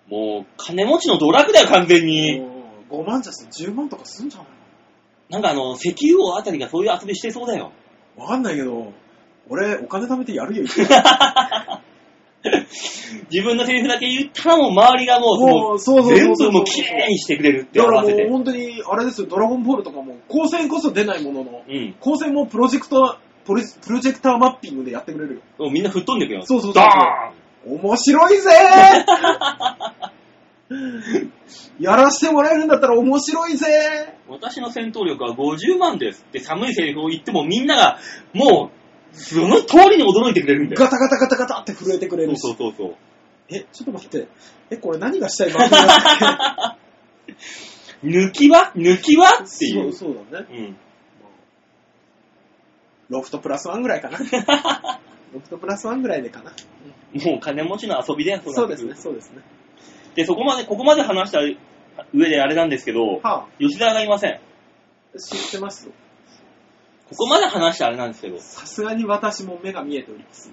B: もう、金持ちのドラッグだよ、完全
C: た。
B: に。
C: 5万じゃして10万とかすんじゃない
B: なんかあの、石油王あたりがそういう遊びしてそうだよ。
C: のわかんないけど、俺、お金貯めてやるよ。
B: 自分のセリフだけ言ったらもう周りがもう、も
C: う、そう
B: 全部もう綺麗にしてくれるって
C: だ
B: 合
C: から
B: わ
C: も
B: せ
C: う
B: て。
C: 本当に、あれですよ、ドラゴンボールとかも、光線こそ出ないものの、
B: うん。
C: 光線もプロジェクト、プロプロジェクターマッピングでやってくれるよ。
B: もうみんな吹っ飛んでくよ。
C: そうそうそう
B: ドーン
C: 面白いぜ
B: (laughs)
C: ーやらしてもらえるんだったら面白いぜ
B: 私の戦闘力は50万ですって寒いセリフを言ってもみんながもうその通りに驚いてくれるん
C: ー
B: だよ。
C: ガタガタガタガタって震えてくれ
B: そ
C: る
B: う
C: し
B: そうそうそう。
C: え、ちょっと待って。え、これ何がしたい番組だっ
B: 抜きは抜きは
C: け
B: (laughs) っていう。
C: そうそうだね。
B: うん。 (laughs)
C: ロフトプラスワンぐらい (laughs) かな。ロフトプラスワンぐらいでかな。
B: もう金持ちの遊びだよ、
C: そ
B: な
C: う
B: って
C: で
B: く
C: す
B: る
C: ね、。そうですね。
B: で、そこまで、ここまで話した上であれなんですけど、
C: はあ、
B: 吉沢がいません。
C: 知ってます
B: ここまで話したあれなんですけど、
C: さすがに私も目が見えております。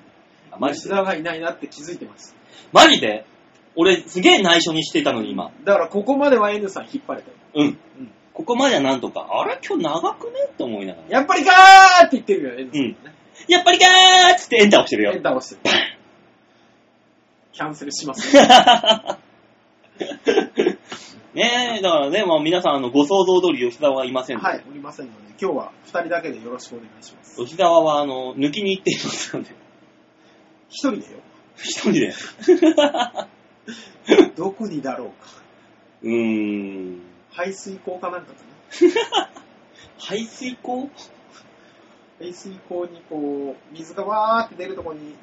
B: あマジ
C: 吉
B: で
C: 沢がいないなって気づいてます。
B: マジで俺すげえ内緒にしてたのに今。
C: だからここまでは N さん引っ張れてる。
B: うん
C: うん。
B: ここまではなんとか、あれ今日長くねって思いながら。
C: やっぱりかーって言ってるよ、N さん、ね。
B: やっぱりかーっつってエンター押してるよ
C: エ。ンター押してる。キャンセルします。
B: ねえ、だからね、まあ皆さん、あの、ご想像通り吉沢はいません。
C: はい、おりませんので、今日は2人だけでよろしくお願いします。
B: 吉沢は、あの、抜きに行っていますので、
C: 1人で (laughs) よ。
B: 一人で。
C: どこにだろうか。
B: うーん。
C: 排水溝かなんかかな。
B: 排水口
C: 排水溝にこう、水がわーって出るとこに、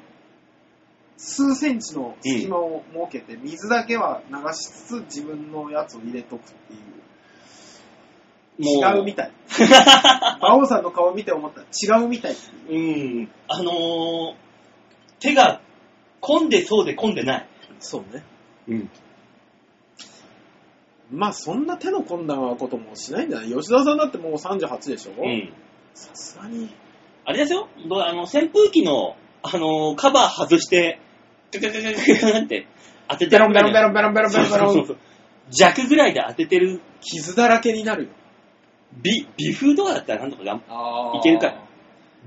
C: 数センチの隙間を設けて、水だけは流しつつ自分のやつを入れとくっていう。違うみたい。馬王さんの顔見て思った。違うみたい。
B: うーん。あのー、手が混んでそうで混んでない。
C: そうね。
B: うん。
C: まあそんな手の込んだこともしないんじゃない吉田さんだってもう38でしょ
B: うん。
C: さすがに。
B: あれですよ、どうあの、扇風機の、あのーカバー外して、ガガガガガガって当てて
C: ベロ
B: る
C: ン
B: ぐ
C: ベ
B: らい
C: ロンベ
B: の。
C: ロンベロンベロンベロンベ
B: そうそ
C: ロ
B: う
C: ン。
B: そう弱ぐらいで当ててる、
C: 傷だらけになるよ。
B: 美、美風とかだったらなんとかがん、
C: あ
B: ーいけるか。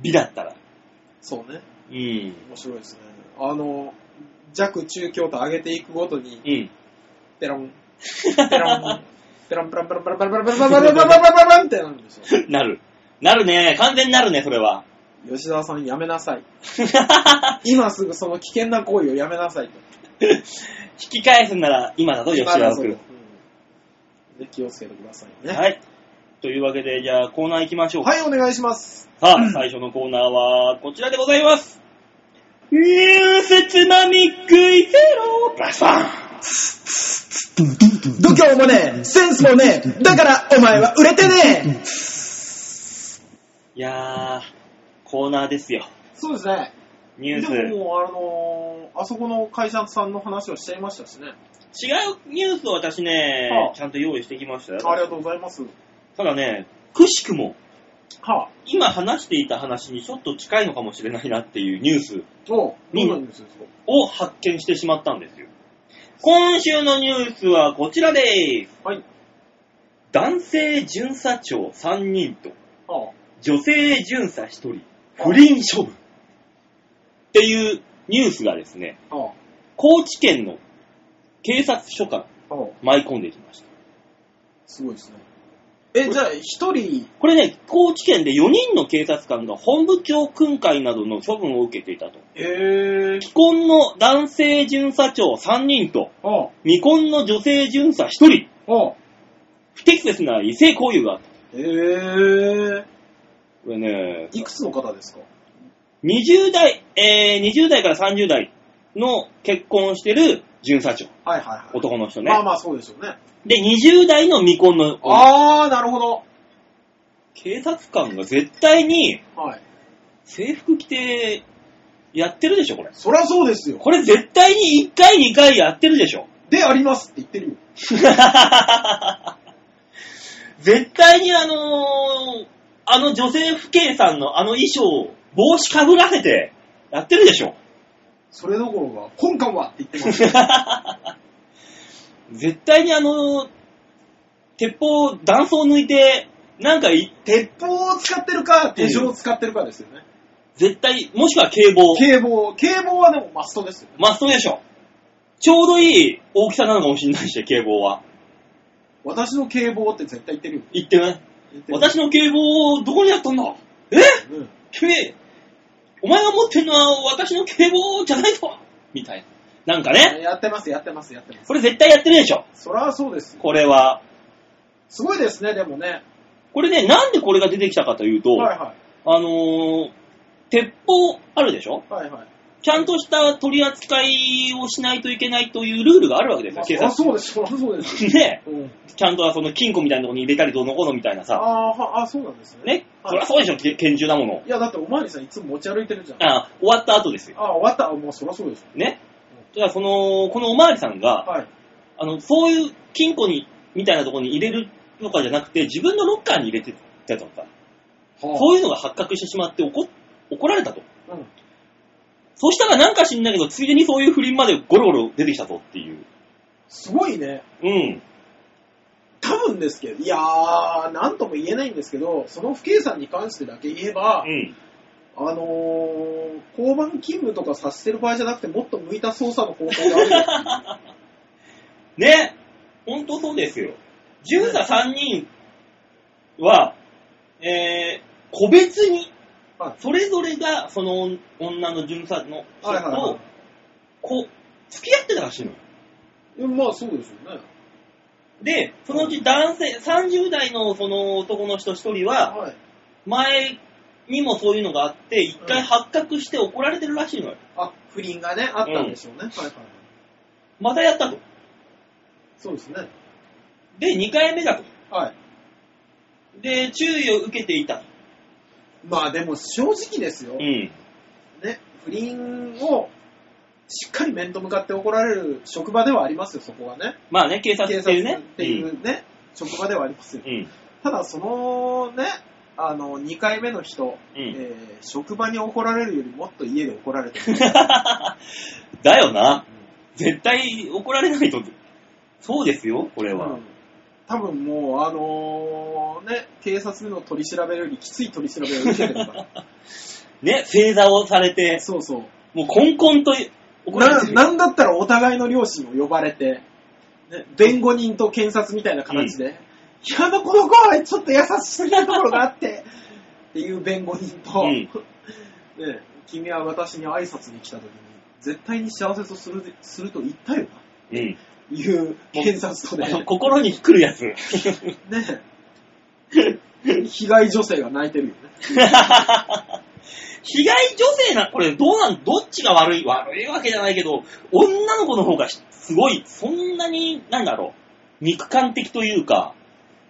B: 美だったら。
C: そうね。
B: うん。
C: 面白いですね。あの、弱中強と上げていくごとに、
B: うん。
C: ペ
A: (laughs)
C: ロン、ペロン、ペロンペロンペロンペロンペロンペロンペロンペロンペロンペロンペロンってなるんですよ。
B: なる。なるね。完全になるね、それは。
C: 吉沢さんやめなさい。
A: (laughs)
C: 今すぐその危険な行為をやめなさいと。
B: 引き返すんなら今だと吉田
C: 今だ
B: は
C: ぞ
B: 来る。
C: うんで気をつけてくださいね。
B: はい。というわけで、じゃあコーナー行きましょうか。
C: はい、お願いします。
B: さあ、最初のコーナーはこちらでございます。ニュースつまみ食いゼロバサン
A: 度胸もねえ、センスもねえ、だからお前は売れてねえ
B: いやー、コーナーですよ。
C: そうですね。
B: ニュース。
C: でももう、あのーあそこの会社さんの話をしちゃいましたしね。
B: 違うニュースを私ね、
C: はあ
B: ちゃんと用意してきましたよ。
C: ありがとうございます。
B: ただね、くしくも、
C: はあ。
B: 今話していた話にちょっと近いのかもしれないなっていうニュース
C: おう、
B: うん
C: どうなんですよ、そこ
B: を発見してしまったんですよ。今週のニュースはこちらです。
C: はい。
B: 男性巡査長3人と
C: はあ。
B: 女性巡査1人、不倫処分。っていうニュースがですね、
C: は
B: 高知県の警察署から
C: あ。はあ。
B: 舞い込んできました。
C: すごいですね。え、じゃあ、一人、
B: これね、高知県で4人の警察官が本部長訓戒などの処分を受けていたと。
C: えー、
B: 既婚の男性巡査長3人と、
C: は
B: 未婚の女性巡査1人、
C: あ。はあ。
B: 不適切な異性交友があった。
C: えー、
B: これね、
C: いくつの方ですか
B: 20代、えー、20代から30代の結婚してる巡査長、
C: はいはいはい。
B: 男の人ね。
C: まあまあ、そうでしょうね。
B: で、20代の未婚の女
C: あー、なるほど。
B: 警察官が絶対に
C: はい。
B: 制服着てやってるでしょ、これ。
C: そりゃそうですよ。
B: これ絶対に1回2回やってるでしょ。
C: で、ありますって言ってるよ。
B: (laughs) 絶対にあのーあの女性不警さんのあの衣装、帽子かぶらせてやってるでしょ。
C: それどころか、本官はって言ってます (laughs) よ。
B: 絶対にあのー鉄砲、弾倉抜いて、なんかい、
C: 鉄砲を使ってるか、手錠を使ってるかですよね。
B: 絶対、もしくは警棒、
C: 警棒、警棒はでもマストですよね。
B: マストでしょ。ちょうどいい大きさなのかもしれないし、警棒は。
C: 私の警棒って絶対言ってるよ。
B: 言ってね。
C: 言ってるよ
B: 私の警棒をどこにやったんだえ
C: うん
B: 君、お前が持ってるのは私の警棒じゃないぞみたいな。なんかね、
C: やってます、やってます、やってます。
B: これ絶対やってるでしょ。
C: そりゃそうですよ。
B: これは。
C: すごいですね、でもね。
B: これね、なんでこれが出てきたかというと、
C: はいは
B: あのー鉄砲あるでしょ
C: い。はいはい。
B: ちゃんとした取り扱いをしないといけないというルールがあるわけです
C: ま
B: よ、
C: あ、そ
B: 警
C: りゃ
B: 察。
C: そうです、そりゃそうです。
B: ね
C: うん、
B: ちゃんとはその金庫みたいなところに入れたりどうのこうのみたいな
C: あー
B: さ。
C: はあ、そうなんですね。
B: ね、
C: はい
B: そりゃそうでしょ、け拳銃なもの。
C: いや、だっておまわりさんいつも持ち歩いてるじゃん。あ
B: あ終わった後ですよ。
C: あー、終わった。もうそりゃそうでし
B: ね。じゃあ、その、このおまわりさんが
C: ょ。、はい。
B: あの、そういう金庫に、みたいなところに入れるとかじゃなくて、自分のロッカーに入れてたとか、
C: は
B: そういうのが発覚してしまって怒怒られたと。
C: あ、うん。
B: そしたらなんか知んないけど、ついでにそういう不倫までゴロゴロ出てきたぞっていう。
C: すごいね。
B: うん。
C: 多分ですけど、いやー、なんとも言えないんですけど、その不敬さんに関してだけ言えば、
B: うん。
C: あのー、交番勤務とかさせてる場合じゃなくて、もっと向いた捜査の方
B: (laughs)
C: 法があるよ。
B: ね。ほんとそうですよ。巡査3人は、えー、個別に
C: は、い
B: それぞれが、その女の巡査の人
C: はいはいは
B: と、こう、付き合ってたらしいのよ。
C: いうん。まあ、そうですよね。
B: で、そのうち男性、30代のその男の人一人は、
C: はい。
B: 前にもそういうのがあって、一回発覚して怒られてるらしいのよ。
C: あ、不倫がね、あったんでしょうね。はいはいはい。
B: またやったと。
C: そうですね。
B: で、2回目だと。
C: はい。
B: で、注意を受けていた。
C: まあ、でも正直ですよ。
B: うん。
C: ね、不倫をしっかり面と向かって怒られる職場ではありますよ、そこはね。
B: まあね、警察
C: 警
B: っ
C: 察
B: て
C: っ
B: いうね。
C: ていうね、職場ではありますよ。
B: うん。
C: ただ、そのね、あの、2回目の人、
B: うん。うん。 (laughs)
C: えー職場に怒られるよりもっと家で怒られてる。
B: だよな。絶対怒られないと。そうですよ、これ
C: う
B: は
C: ん。多分もう、あのーね、警察の取り調べよりきつい取り調べを受けて
B: (laughs)
C: るから。
B: ね、正座をされて、
C: そうそう。
B: もうコンコンと怒られ
C: な
B: てる。
C: なんだったらお互いの両親を呼ばれて、ね弁護人と検察みたいな形で、いや、あのこの子はちょっと優しすぎるところがあって、っていう弁護人と、
B: うん
C: (laughs) ね、君は私に挨拶に来た時に、絶対に幸せとするすると言ったよな、
B: うん。
C: いう検察と
B: あの (laughs)
C: ね、
B: 心に来るやつ。
C: ね、被害女性が泣いてるよね。
B: 被害女性な、これどうなん、どっちが悪い悪いわけじゃないけど、女の子の方がすごい、そんなに、なんだろう、肉感的というか、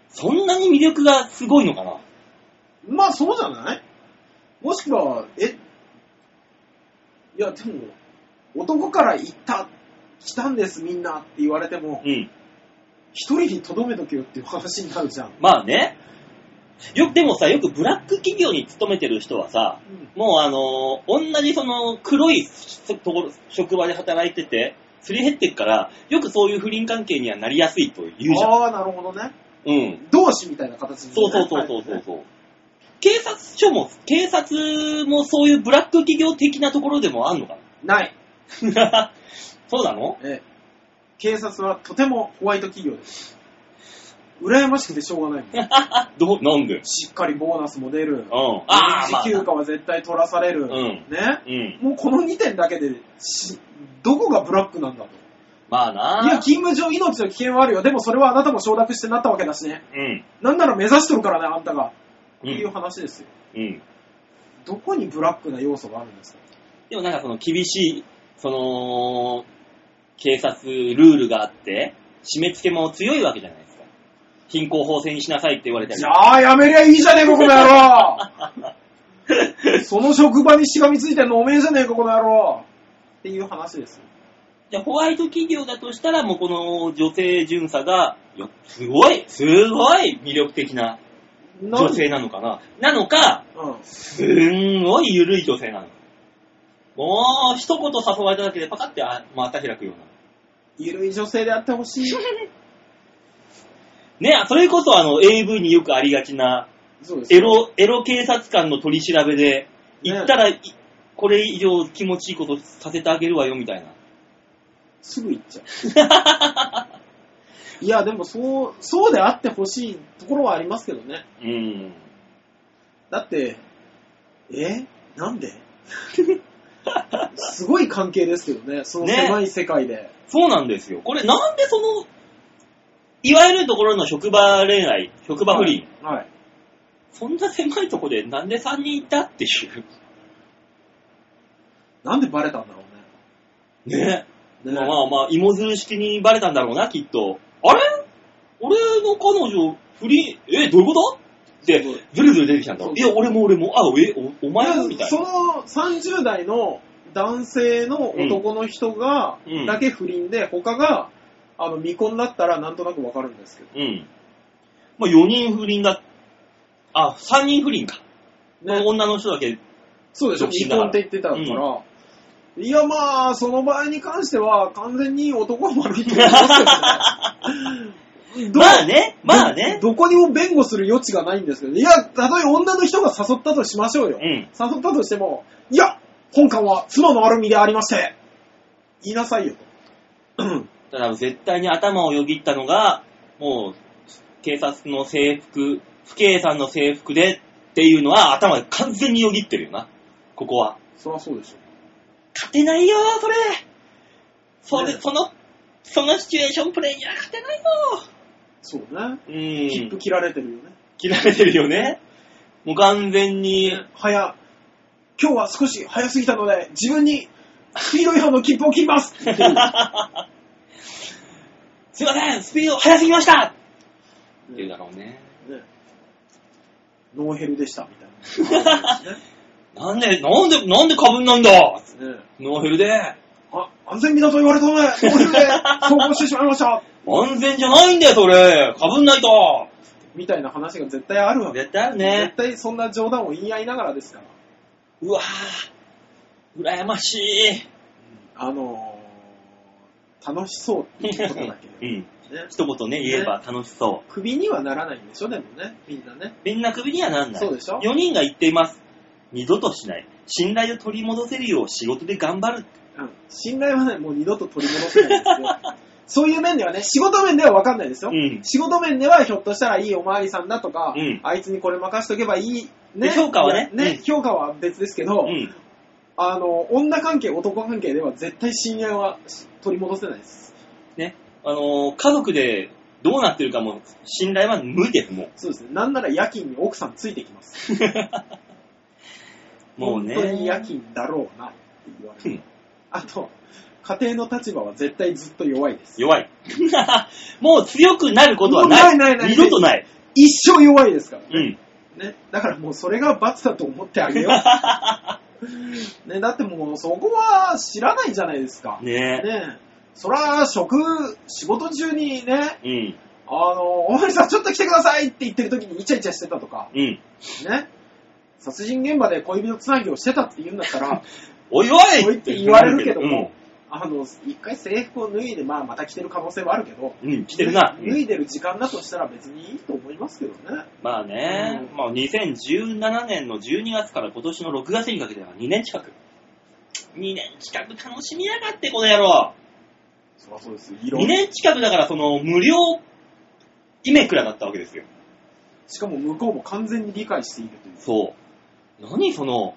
B: そんなに魅力がすごいのかな。
C: まあそうじゃないもしくは、え、いやでも、男から行った、来たんですみんなって言われても、
B: うん。
C: 一人に留めとけよっていう話になるじゃん。
B: まあね。よく、でもさ、よくブラック企業に勤めてる人はさ、もうあのー同じその黒いところ、職場で働いてて、すり減ってるから、よくそういう不倫関係にはなりやすいと言うじゃん。
C: ああ、なるほどね。
B: うん。
C: 同志みたいな形に、ね。
B: そうそうそうそうそうそう。警察署も、警察もそういうブラック企業的なところでもあんのか
C: ない。
B: (laughs) なそうなの
C: ええ警察はとてもホワイト企業です。羨ましくてしょうがない
B: (laughs)
C: もん。
B: あ、どう、なんでうん。
C: しっかりボーナスも出る。
B: ああ、まあ
C: 時。休暇は絶対取らされる。
B: うん。
C: ね。
B: うん。
C: もうこの2点だけでし、どこがブラックなんだと。
B: まあ
C: いや、
B: な。
C: 勤務上命の危険はあるよ。でもそれはあなたも承諾してなったわけだしね。
B: うん。
C: なんなら目指しとるからね、あんたが。って
B: う。
C: いうん話ですよ。
B: うん。
C: どこにブラックな要素があるんですか
B: でもなんかその厳しい、その、警察ルールがあって、締め付けも強いわけじゃないですか。貧困法制にしなさいって言われたり
C: じ。ゃあ、やめりゃいいじゃねえか、この野郎その職場にしがみついてんのおめえじゃねえか、この野郎っていう話ですよ。
B: じゃあホワイト企業だとしたら、もうこの女性巡査が、いやすごい、すごい魅力的な
C: なん
B: 女性なのかな。なのか、
C: うん。
B: すんごい緩い女性なの。もう、一言誘われただけでパカってあまた開くような。
C: ゆるい女性であってほしい。
B: ね、それこそあの AV によくありがちな、
C: そうです
B: エ
C: よ。
B: ロ、エロ警察官の取り調べで、行ったら、いこれ以上気持ちいいことさせてあげるわよ、みたいな。
C: すぐ行っちゃう。 (laughs) いや、でもそう、そうであってほしいところはありますけどね。
B: うん。
C: だって、えなん
B: (laughs)
C: ですごい関係ですけどね、その
B: ね
C: 狭い世界で。
B: そうなんですよ。これなんでその、いわゆるところの職場恋愛、職場不倫、
C: はい。
B: そんな狭いとこでなんで3人いたって
C: (laughs)
B: いう。
C: なんでバレたんだろ
B: ね。
C: うね。
B: まあまあまあ、芋づる式にバレたんだろうな、きっと。あれ俺の彼女、不倫、え、どういうことって、ずるずる出てきたんだろ
C: そう
B: いや、俺も俺も、あ、え、おお前もみ
C: い
B: た
C: や
B: い
C: そ
B: な。
C: の30代の男性の男の人が、
B: うん
C: だけ不倫で、他が、あの、未婚だったらなんとなくわかるんですけ
B: うん。まあ、4人不倫だ。あ、3人不倫か。
C: ど。ね。
B: 女の人だけ。
C: そうでしょ、
B: 独身
C: 未
B: だから
C: 婚って言ってたから。いや、まあ、その場合に関しては、完全に男が悪いと思います (laughs) けどねどう
B: まあね、まあね。
C: どどこにも弁護する余地がないんですけど、いや、たとえ女の人が誘ったとしましょうよ。
B: うん。
C: 誘ったとしても、いや、本官は妻のある身でありまして、言いなさいよと。
B: ただ絶対に頭をよぎったのが、もう、警察の制服、不警さんの制服でっていうのは頭で完全によぎってるよな。ここは。
C: (clears throat) そりゃそうでしょ。
B: 勝てないよー、それそれ、
C: ね
B: その、そのシチュエーションプレイには勝てないよ
C: そうね。
B: う
C: 切符
B: ん。
C: 切られてるよね。
B: 切られてるよね。もう完全に、 (laughs)
C: 早、今日は少し早すぎたので、自分にスピード違反の切符を切りますっていう
B: すいません、スピード速すぎましたっていうだろうね。 (laughs)
C: ねノーヘルでした、みたい
B: なんで、なんで、なんで被んないんだ
C: な。ね
B: ノーヘルで。
C: あ、安全日だと言われたので、お昼で走行してしまいました。
B: 安全じゃないんだよ、それ。かぶんないと。
C: みたいな話が絶対あるわけ。
B: 絶対ある
C: 絶
B: ね。
C: 対そんな冗談を言い合いながらですから。
B: うわぁ、羨ましい。
C: あのー、楽しそうっていうことだけ
B: う (laughs)
C: ど、ね。
B: ん。一言ね、言えば楽しそ
C: クビにはならないんでしょ、でもね、みんなね。
B: う。みんな首にはなんない。
C: そうでしょ
B: 4人が言っています。二度としない。信頼を取り戻せるよう仕事で頑張る。
C: うん。信頼はね、もう二度と取り戻せないんですよ。そういう面ではね、仕事面では分かんないですよ。
B: うん
C: 仕事面ではひょっとしたらいいおまわりさんだとか、
B: うん
C: あいつにこれ任しとけばいい、
B: で評価はねうん
C: 評価は別ですけど、
B: うん。
C: あの、女関係、男関係では絶対信頼は取り戻せないです。
B: ね。あのー家族でどうなってるかも、信頼は無理です、も
C: そうですね。なんなら夜勤に奥さんついてきます。
B: う。もうね。
C: 本当に夜勤だろうなって言われる。あと、家庭の立場は絶対ずっと弱いです。
B: 弱い。 (laughs) もう強くなることは
C: も
B: な
C: う
B: い。
C: ないないない
B: 二度とない。
C: 一生弱いですから。
B: うん。
C: ね。だからもうそれが罰だと思ってあげよう。ね、だってもうそこは知らないじゃないですか。ね
B: (laughs) ね
C: そら、職、仕事中にね、
B: え。うん。
C: あの、おまわりさんちょっと来てくださいって言ってる時にイチャイチャしてたとか、
B: うん。
C: ね。殺人現場で恋人つなぎをしてたって言うんだっ
B: (laughs)
C: たら、
B: おいおい
C: おいって言われるけど
B: う
C: もあの、一回制服を脱いで、まあ、また着てる可能性はあるけど、
B: ん。うん、来てるな。
C: 脱いでる時間だとしたら別にいいと思いますけどね。
B: まあね、まあ2017年の12月から今年の6月にかけては2年近く。2年近く楽しみやがって、この野郎。
C: そりゃそうですよ。いろ
B: 2
C: んな
B: 年近くだから、その、無料、イメクラだったわけですよ。
C: しかも向こうも完全に理解しているという。
B: そう。何その、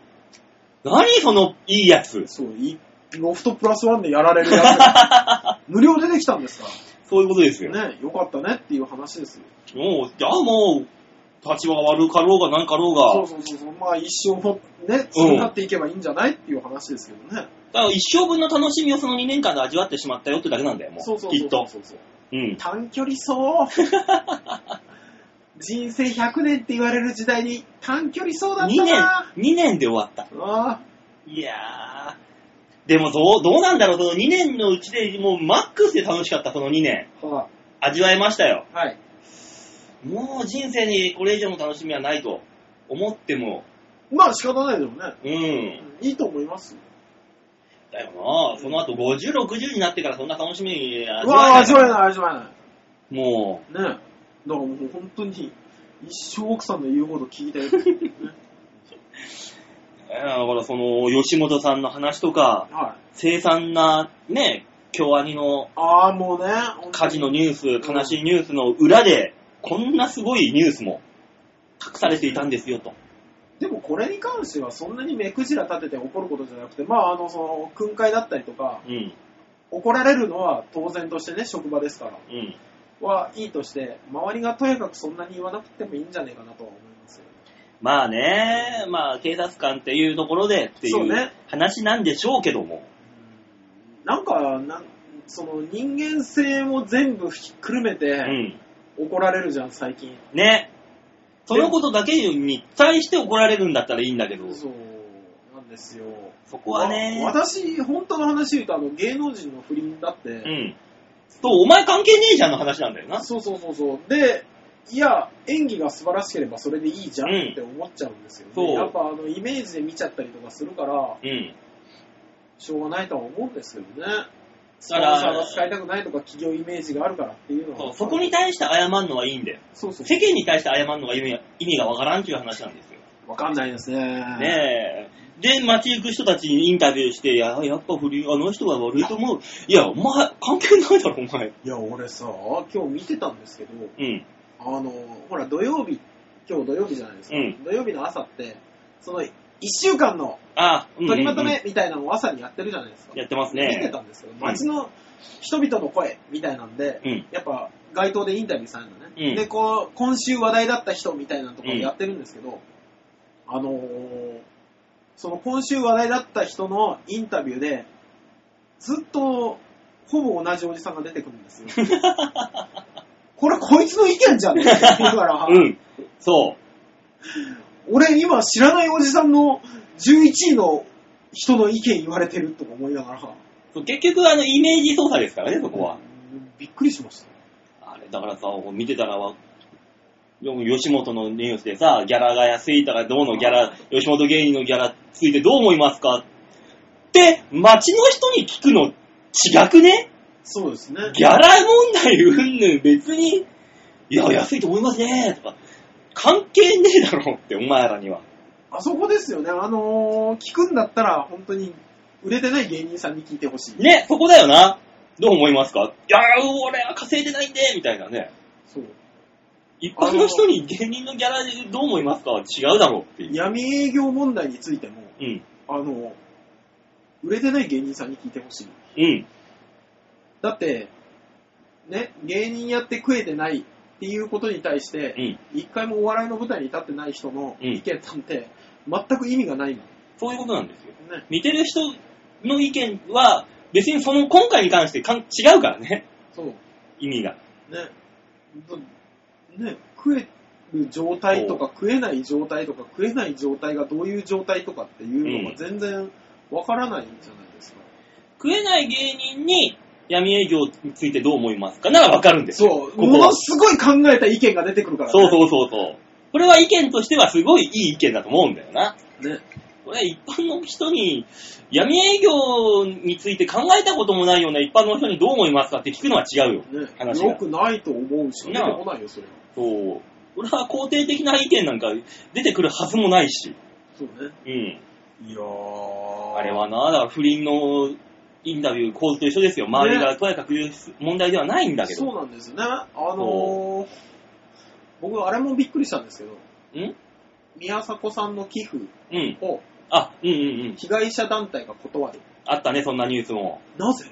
B: 何その、いいやつ。
C: そう、いロフトプラスワンでやられるや
B: (laughs)
C: つ。無料出てきたんですか
B: そういうことですよ。
C: ら。ね、よかったねっていう話ですよ。
B: もう、じゃあもう、立場が悪かろうが何かろう
C: そ
B: が
C: う、そうそうそう。まあ、一生もね、そうなっていけばいいんじゃないっていう話ですけどね。
B: だから一生分の楽しみをその2年間で味わってしまったよってだけなんだよ、もう。
C: そうそう
B: き
C: そう
B: っと。
C: そうそう。
B: うん。
C: 短距離走人生100年って言われる時代に短距離走だ
B: 2
C: った
B: 年
C: な、
B: 2年で終わった。
C: あ
B: いやー。でもどう、どうなんだろう、その2年のうちで、もうマックスで楽しかった、その2年。
C: ーは
B: 味わえましたよ。
C: いはい
B: もう人生にこれ以上の楽しみはないと思っても、
C: まあ仕方ないでもね
B: うん。
C: いいと思いますよ
B: だよなその後50、60になってからそんな楽しみ味
C: うわあ
B: わえ
C: 味わえ
B: ない。
C: ない味わえないね
B: も
C: えだからもう本当に一生奥さんの言うこと聞
B: (laughs)
C: いてる、ね、
B: う、えーだからその、吉本さんの話とか、
C: はい
B: 凄惨な、ね、京アニの
C: ああもうね
B: 火事のニュース、
C: うん
B: 悲しいニュースの裏で、こんなすごいニュースも隠されていたんですよと。
C: でもこれに関してはそんなに目くじら立てて怒ることじゃなくてまああのその訓戒だったりとか
B: うん、
C: 怒られるのは当然としてね職場ですから
B: うん。
C: はいいとして、周りがとにかくそんなに言わなくてもいいんじゃねえかなとは思いますよ。
B: まあね、まあ警察官っていうところでってい
C: そう
B: う
C: ね
B: 話なんでしょうけども。
C: なんか、なんその人間性も全部ひっくるめ
B: う
C: て
B: ん。
C: 怒られるじゃん、最近。
B: ね。そのことだけに対して怒られるんだったらいいんだけど、
C: そうなんですよ。
B: そこはね
C: わ。私、本当の話言うと、あの、芸能人の不倫だって、
B: うん。そう、お前関係ねえじゃんの話なんだよな。
C: そうそうそうそう。で、いや、演技が素晴らしければそれでいいじゃん
B: うん
C: って思っちゃうんですよね。
B: そう
C: やっぱ、あの、イメージで見ちゃったりとかするから、
B: うん。
C: しょうがないとは思うんですけどね。スポ
B: だ
C: ン
B: から
C: サーが使いたくないとか企業イメージがあるからっていうの
B: そう
C: は。
B: そこに対して謝るのはいいんだよ。
C: そうそう。
B: 世間に対して謝るのが意味が意味がわからんっていう話なんですよ。
C: わかんないですね。
B: ねえ。で、街行く人たちにインタビューして、いや、やっぱ不倫、あの人は悪いと思う。いや、お前、関係ないだろ、お前。
C: いや、俺さ、今日見てたんですけど、
B: うん。
C: あの、ほら、土曜日、今日土曜日じゃないですか。
B: うん
C: 土曜日の朝って、その、1週間の
B: あ、うんうんうん
C: 取りまとめみたいなのを朝にやってるじゃないですか。
B: やってます
C: 見て
B: ね。
C: たんですけど、街の人々の声みたいなんで、
B: うん。
C: やっぱ街頭でインタビューされるのね、
B: うん
C: でこう今週話題だった人みたいなところやってるんですけど、あのーその今週話題だった人のインタビューでずっとほぼ同じおじさんが出てくるんです
B: (laughs)
C: よこれこいつの意見じゃねえだから、
B: (laughs) うん。そ
C: 俺今知らないおじさんの11位の人の意見言われてるとか思いながら
B: う。そう結局、あの、イメージ操作ですからね、そこは。
C: びっくりしました。
B: あれ、だからさ、見てたらわ、でも吉本のニュースでさ、ギャラが安いとか、どうのギャラ、吉本芸人のギャラついてどう思いますかって、街の人に聞くの違くね
C: そうですね。
B: ギャラ問題うんぬん別に、いや、安いと思いますね、とか、関係ねえだろって、お前らには。
C: あそこですよね。あのー、聞くんだったら、本当に、売れてない芸人さんに聞いてほしい。
B: ね、そこだよな。どう思いますかいやー、俺は稼いでないんで、みたいなね。
C: そう。
B: 一般の人に芸人のギャラでどう思いますかは違うだろうっていう。
C: 闇営業問題についても、
B: うん。
C: あのー、売れてない芸人さんに聞いてほしい。
B: うん。
C: だって、ね、芸人やって食えてないっていうことに対して
B: う、ん。
C: 一回もお笑いの舞台に立ってない人の
B: うん
C: 意見なんて、全く意味がないもん
B: そういうことなんですよ。
C: ね。
B: 見てる人の意見は、別にその今回に関してかん違うからね。
C: そう。
B: 意味が。
C: ね。どね、食える状態とか食えない状態とか食えない状態がどういう状態とかっていうの
B: うん
C: が全然わからないんじゃないですか。
B: 食えない芸人に闇営業についてどう思いますかならわかるんですよ。
C: そう、
B: ここは
C: ものすごい考えた意見が出てくるからね。
B: そうそうそうそう。これは意見としてはすごいいい意見だと思うんだよな。
C: ね。
B: これ一般の人に闇営業について考えたこともないような一般の人にどう思いますかって聞くのは違うよ。話
C: ね。
B: が
C: よくないと思うし、出てこないよ、それは。
B: そう。俺は肯定的な意見なんか出てくるはずもないし。
C: そうね。
B: うん。
C: いやー。
B: あれはな、だから不倫のインタビュー構図と一緒ですよ。周りがとやかく言う問題ではないんだけど。
C: そうなんですね。あのー、僕、あれもびっくりしたんですけど、
B: ん
C: 宮迫さんの寄付
B: うん。
C: を
B: あ、うんうんうん。
C: 被害者団体が断る。
B: あったね、そんなニュースも。
C: なぜ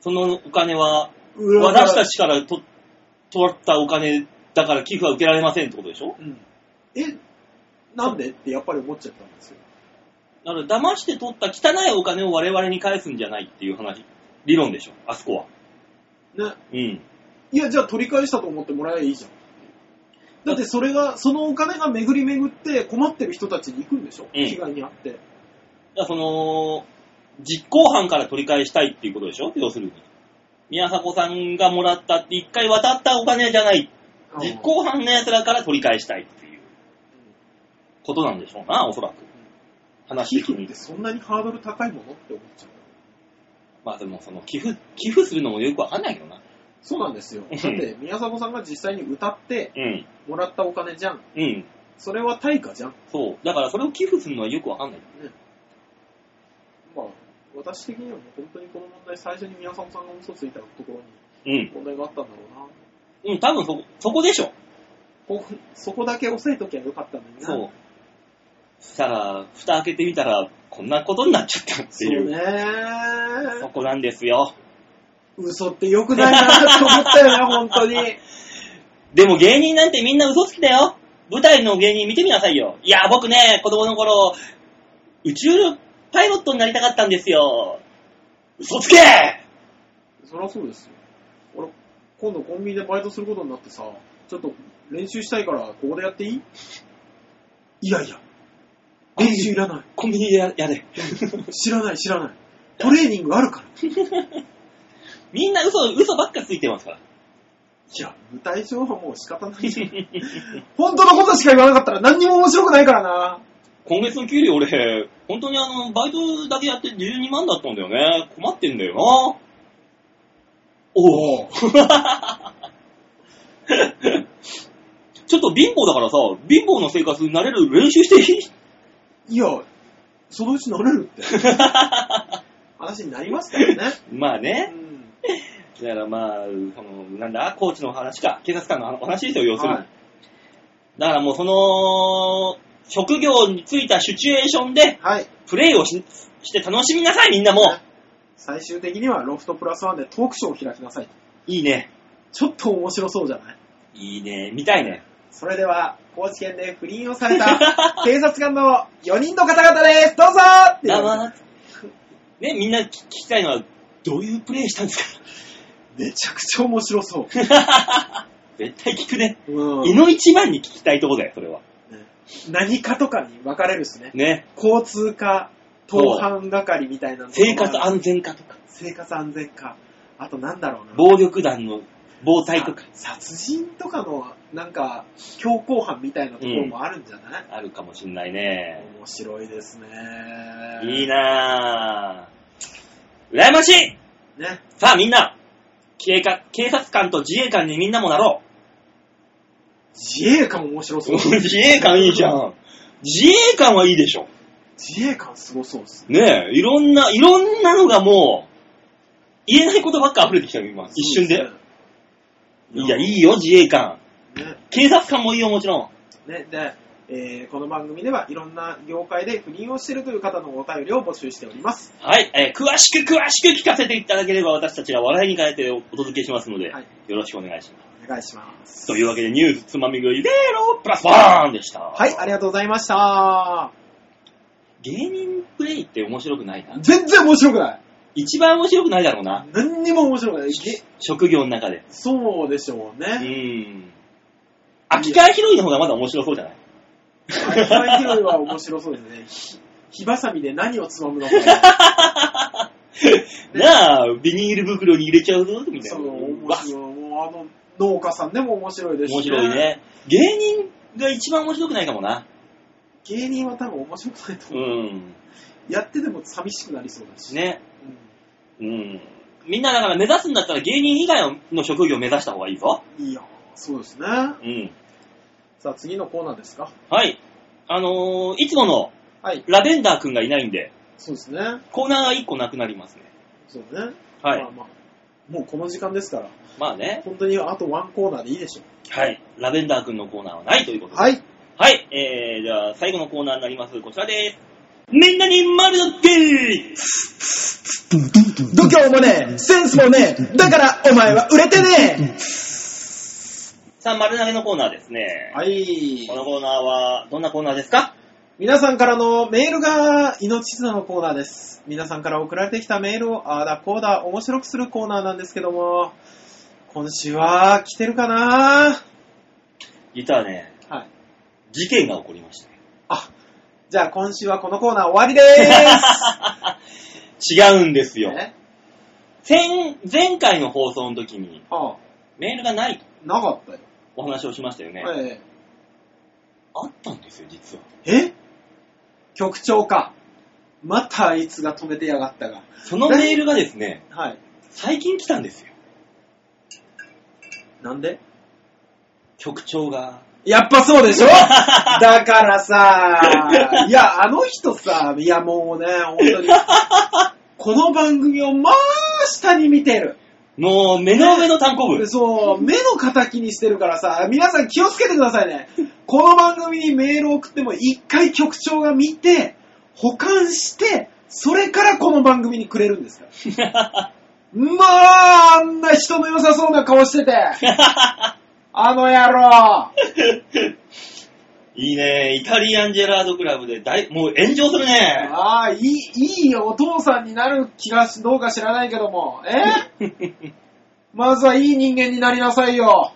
B: そのお金は、
C: うわ
B: 私たちからと取ったお金だから寄付は受けられませんってことでしょ
C: うんえ、なんでってやっぱり思っちゃったんですよ。
B: だから騙して取った汚いお金を我々に返すんじゃないっていう話、理論でしょ、あそこは。
C: ね。
B: うん。
C: いや、じゃあ取り返したと思ってもらえばいいじゃん。だってそれが、そのお金が巡り巡って困ってる人たちに行くんでしょ、
B: うん
C: 被害に遭って。
B: だからその、実行犯から取り返したいっていうことでしょ要するに。宮迫さんがもらったって一回渡ったお金じゃない。実行犯の奴らから取り返したいっていうことなんでしょうな、おそらく。話
C: 寄
B: 的
C: 付
B: に
C: って。そんなにハードル高いものって思っちゃう。
B: まあでもその寄付、寄付するのもよくわかんないけどな。
C: そうなんですよ。
B: うん
C: だって宮迫さんが実際に歌って
B: うん。
C: もらったお金じゃん。
B: うん。
C: それは対価じゃん。
B: そう。だからそれを寄付するのはよくわかんない。
C: まあ、私的にはもう本当にこの問題、最初に宮迫さんが嘘ついたところ
B: うん
C: に。問題があったんだろうな。
B: うん、多分そこ、そこでしょ。
C: こうそこだけ押さえときゃよかったのにな。
B: そう。したら、蓋開けてみたら、こんなことになっちゃったって
C: そう
B: いう。
C: ね
B: そこなんですよ。
C: 嘘って良くないなと思ったよね、本当に。
B: でも芸人なんてみんな嘘つきだよ。舞台の芸人見てみなさいよ。いや、僕ね、子供の頃、宇宙パイロットになりたかったんですよ。嘘つけ
C: (laughs) そりゃそうですよ。俺、今度コンビニでバイトすることになってさ、ちょっと練習したいから、ここでやっていいいやいや。練習いらな
B: コンビニでややれ。
C: い。知らない、知らない。トレーニングあるから。
B: (laughs) みんな嘘、嘘ばっかついて (laughs) ますから。
C: いや、舞台上はもう仕方ないじゃん。 (laughs) 本当のことしか言わなかったら何にも面白くないからな。
B: 今月の給料俺、本当にあの、バイトだけやって12万だったんだよね。困ってんだよな。 (laughs) おお。ちょっと貧乏だからさ、貧乏の生活に慣れる練習していい (laughs)
C: いや、そのうち慣れる (laughs) って。話になりますから (laughs) ね。
B: まあ
C: う
B: ね。
C: ん
B: だからまあ、その、なんだ、コーチの話か、警察官の話ですよ、要するに。
C: はい
B: だからもうその、職業についたシチュエーションで、
C: はい。
B: プレイをしして楽しみなさい、みんなもう。
C: 最終的にはロフトプラスワンでトークショーを開きなさい。
B: いいね。
C: ちょっと面白そうじゃない
B: いいね。見たいね。
C: それでは、高知県で不倫をさ
B: (laughs)
C: れた警察官の4人の方々ですどうぞって言
B: だ
C: われ
B: わ
C: て
B: ね、みんな聞聞きたいのは、どういうプレイしたんですか (laughs)
C: めちゃくちゃ面白そ
B: 絶対聞くね。
C: う。う
B: 胃
C: ん、
B: の一番に聞きたいとこだよ、それは。
C: 何かとかに分かれるしね。
B: ね。
C: 交通課、盗犯係みたいなのとか
B: 生活安全課とか、
C: 生活安全課。あとなんだろうな。
B: 暴力団の防災とか、
C: さ殺人とかの、なんか、強行犯みたいなところもあるんじゃない、
B: あるかもしんないね。
C: 面白いですね。
B: いいなぁ。羨ましい
C: ね。
B: さあみんな、警官警察官と自衛官にみんなもなろ
C: 自衛官面白
B: う。
C: そ
B: (laughs)
C: う。
B: 自衛官いいじゃん。自衛官はいいでしょ。
C: 自衛官すごそうですね。
B: ねえ、いろんな、いろんなのがもう、言えないことばっか溢れてきたよ、今。一瞬で。いや、い
C: い
B: いよ、自衛官。
C: や。ね
B: 警察官もいいよ、もちろん。
C: ね、で、えーこの番組ではいろんな業界で不倫をしているという方のお便りを募集しております。
B: はい、えー詳しく詳しく聞かせていただければ私たちが笑いに変えてお届けしますので、
C: はい
B: よろしくお願いしま
C: お願いします。
B: す。というわけで、ニュースつまみ食いゼロプラスワンでした。
C: はい、ありがとうございました。
B: 芸人プレイって面白くないな。
C: 全然面白くない。
B: 一番面白くないだろうな。
C: 何にも面白くない。げ
B: 職業の中で。
C: そうでしょう
B: う
C: ね。
B: ん。秋川博いの方がまだ面白そうじゃない
C: 大会拾いは面白そうですね。ひ (laughs) 火ばさみで何をつまむのか。
B: (laughs) なあ、ビニール袋に入れちゃうぞ、みたい
C: そ
B: な。
C: の、面
B: わ
C: 白い。もうあの、農家さんでも面白いですし、
B: 面白い。ね。芸人が一番面白くないかもな。
C: 芸人は多分面白くないと
B: う
C: 思う。
B: ん。
C: やってても寂しくなりそうだし。
B: ね。
C: うん
B: うん。みんなだから目指すんだったら芸人以外の職業を目指した方がいいぞ。
C: いいよ。そうですね。
B: うん。
C: さあ、次のコーナーですか。
B: はい。あのー、いつもの
C: はい。
B: ラベンダーくんがいないんで、
C: そうですね。
B: コーナーが一個なくなりますね。
C: そうね。
B: は
C: まあ
B: い。
C: まあ、もうこの時間ですから、
B: まあね。
C: 本当にあとワンコーナーでいいでしょ
B: はい。ラベンダーくんのコーナーはないということ
C: う。
B: で。
C: はい。
B: はい。えー、じゃあ最後のコーナーになります。こちらです。みんなに丸のゲー
A: 度胸もねえ、センスもねえ、だからお前は売れてね
B: さあ、丸投げのコーナーですね。
C: はい
B: こ。のコーナーは、どんなコーナーですか
C: 皆さんからのメールが命綱のコーナーです。皆さんから送られてきたメールをああだこうだ面白くするコーナーなんですけども、今週は来てるかな
B: 実はね、
C: はい。
B: 事件が起こりました。
C: あ、じゃあ今週はこのコーナー終わりでー
B: 違うんです
C: す。
B: よ。
C: ね
B: 前、前回の放送の時に、
C: ああ、
B: メールがないと
C: なかったよ。
B: お話をしましたよね。
C: え
B: あったんですよ、実は。
C: ええ局長か。またあいつが止めてやがったが。
B: そのメールがですね、
C: はい。
B: 最近来たんですよ。
C: なんで
B: 局長が。
C: やっぱそうで (laughs) しょだからさ、いや、あの人さ、いやもうね、本当に、この番組をまあ下に見てる。
B: もう、目の上の単行部。
C: そう、目の敵にしてるからさ、皆さん気をつけてくださいね。この番組にメールを送っても一回局長が見て、保管して、それからこの番組にくれるんですから。まあ、あんな人の良さそうな顔
B: (laughs)
C: してて、あの野郎。
B: (laughs) いいね、イタリアンジェラードクラブで大、もう炎上するね。
C: ああ、いい、いいお父さんになる気がし、どうか知らないけども。え
B: (laughs)
C: まずはいい人間になりなさいよ。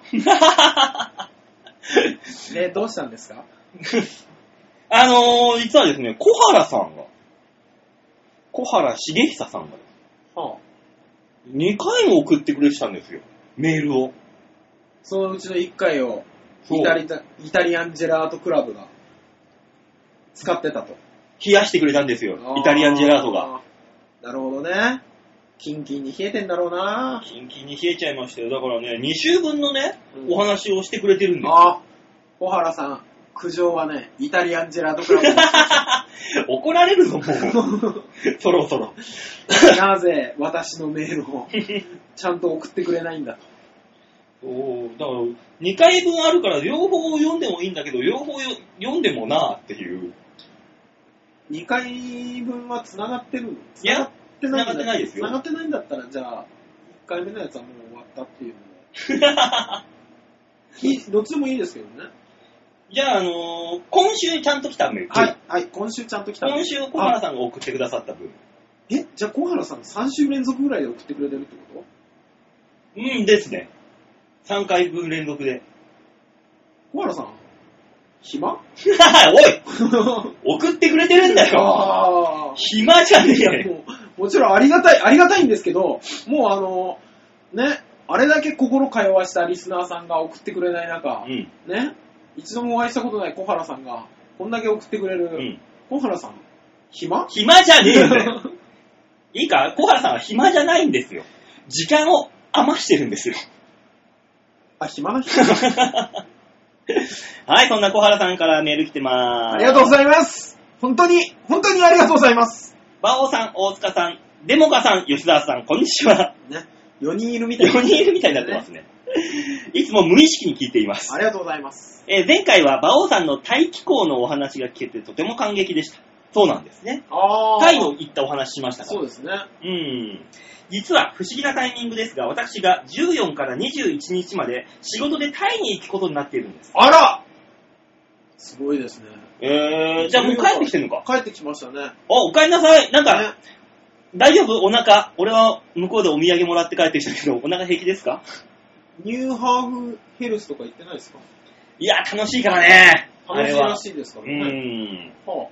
C: え、どうしたんですか
B: (laughs) あのー、実はですね、小原さんが、小原茂久さんが、
C: はあ、
B: 2回も送ってくれてたんですよ。メールを。
C: そのうちの1回を
B: そう
C: イタリタ、イタリアンジェラートクラブが使ってたと。
B: 冷やしてくれたんですよ。イタリアンジェラートが。
C: あー。なるほどね。キンキンに冷えてんだろうな。
B: キンキンに冷えちゃいましたよ。だからね、2週分のね、
C: うん
B: お話をしてくれてるんですよ。
C: あ、小原さん、苦情はね、イタリアンジェラートクラブです。
B: (laughs) 怒られるぞ、もう。そろそろ。
C: (laughs) なぜ私のメールをちゃんと送ってくれないんだと。
B: おーだから、2回分あるから、両方読んでもいいんだけど、両方よ読んでもなーっていう。
C: 2回分は繋がってるの
B: いや
C: 繋が
B: 繋
C: って
B: がってないですよ
C: 繋がってないんだったら、じゃあ、1回目のやつはもう終わったっていうので。いいどっちでもいいですけどね。
B: じゃあ、あのー今週ちゃんと来たメール。
C: はい、はい、今週ちゃんと来たんで
B: 今週、小原さんが送ってくださった分。
C: え、じゃあ小原さん3週連続ぐらいで送ってくれてるってこと
B: うんですね。3回分連続で。 (laughs)
C: 小原さん、暇 (laughs)
B: おい送ってくれてるんだよ
C: あ
B: 暇じゃねえ
C: いや
B: よ。
C: もうもちろんありがたい、ありがたいんですけど、もうあの、ね、あれだけ心通わしたリスナーさんが送ってくれない中、
B: うん。
C: ね、一度もお会いしたことない小原さんが、こんだけ送ってくれる、
B: うん。
C: 小原さん、暇
B: 暇じゃねえ
A: (laughs)
B: よ。いいか小原さんは暇じゃないんですよ。時間を余してるんですよ。
C: (laughs)
B: (laughs)
C: あ、暇な人
B: はい、そんな小原さんからメール来てまーす。
A: ありがとうございます。本当に、本当にありがとうございます。
B: 馬王さん、大塚さん、デモカさん、吉沢さん、こんにちは。
C: ね、4人いるみたいな。
B: 4人いるみたいになってますね。いつも無意識に聞いています。
C: ありがとうございます。
B: えー前回は馬王さんのタイ気候のお話が聞けてとても感激でした。そうなんですね。
C: あー。
B: タイの行ったお話しましたから。
C: そうですね。
B: うん。実は不思議なタイミングですが、私が14から21日まで仕事でタイに行くことになっているんです。
C: あらすごいですね。
B: えー、じゃあもう帰ってきてるのか。
C: 帰ってきましたね。
B: お、お帰りなさい。なんか、
C: ね
B: 大丈夫お腹。俺は向こうでお土産もらって帰ってきたけど、お腹平気ですか
C: ニューハーフヘルスとか行ってないですか
B: いや、楽しいからね。あ
C: 楽
B: れ
C: しいら
B: は。
C: しいですか
B: う
C: らね。
B: ん。
C: は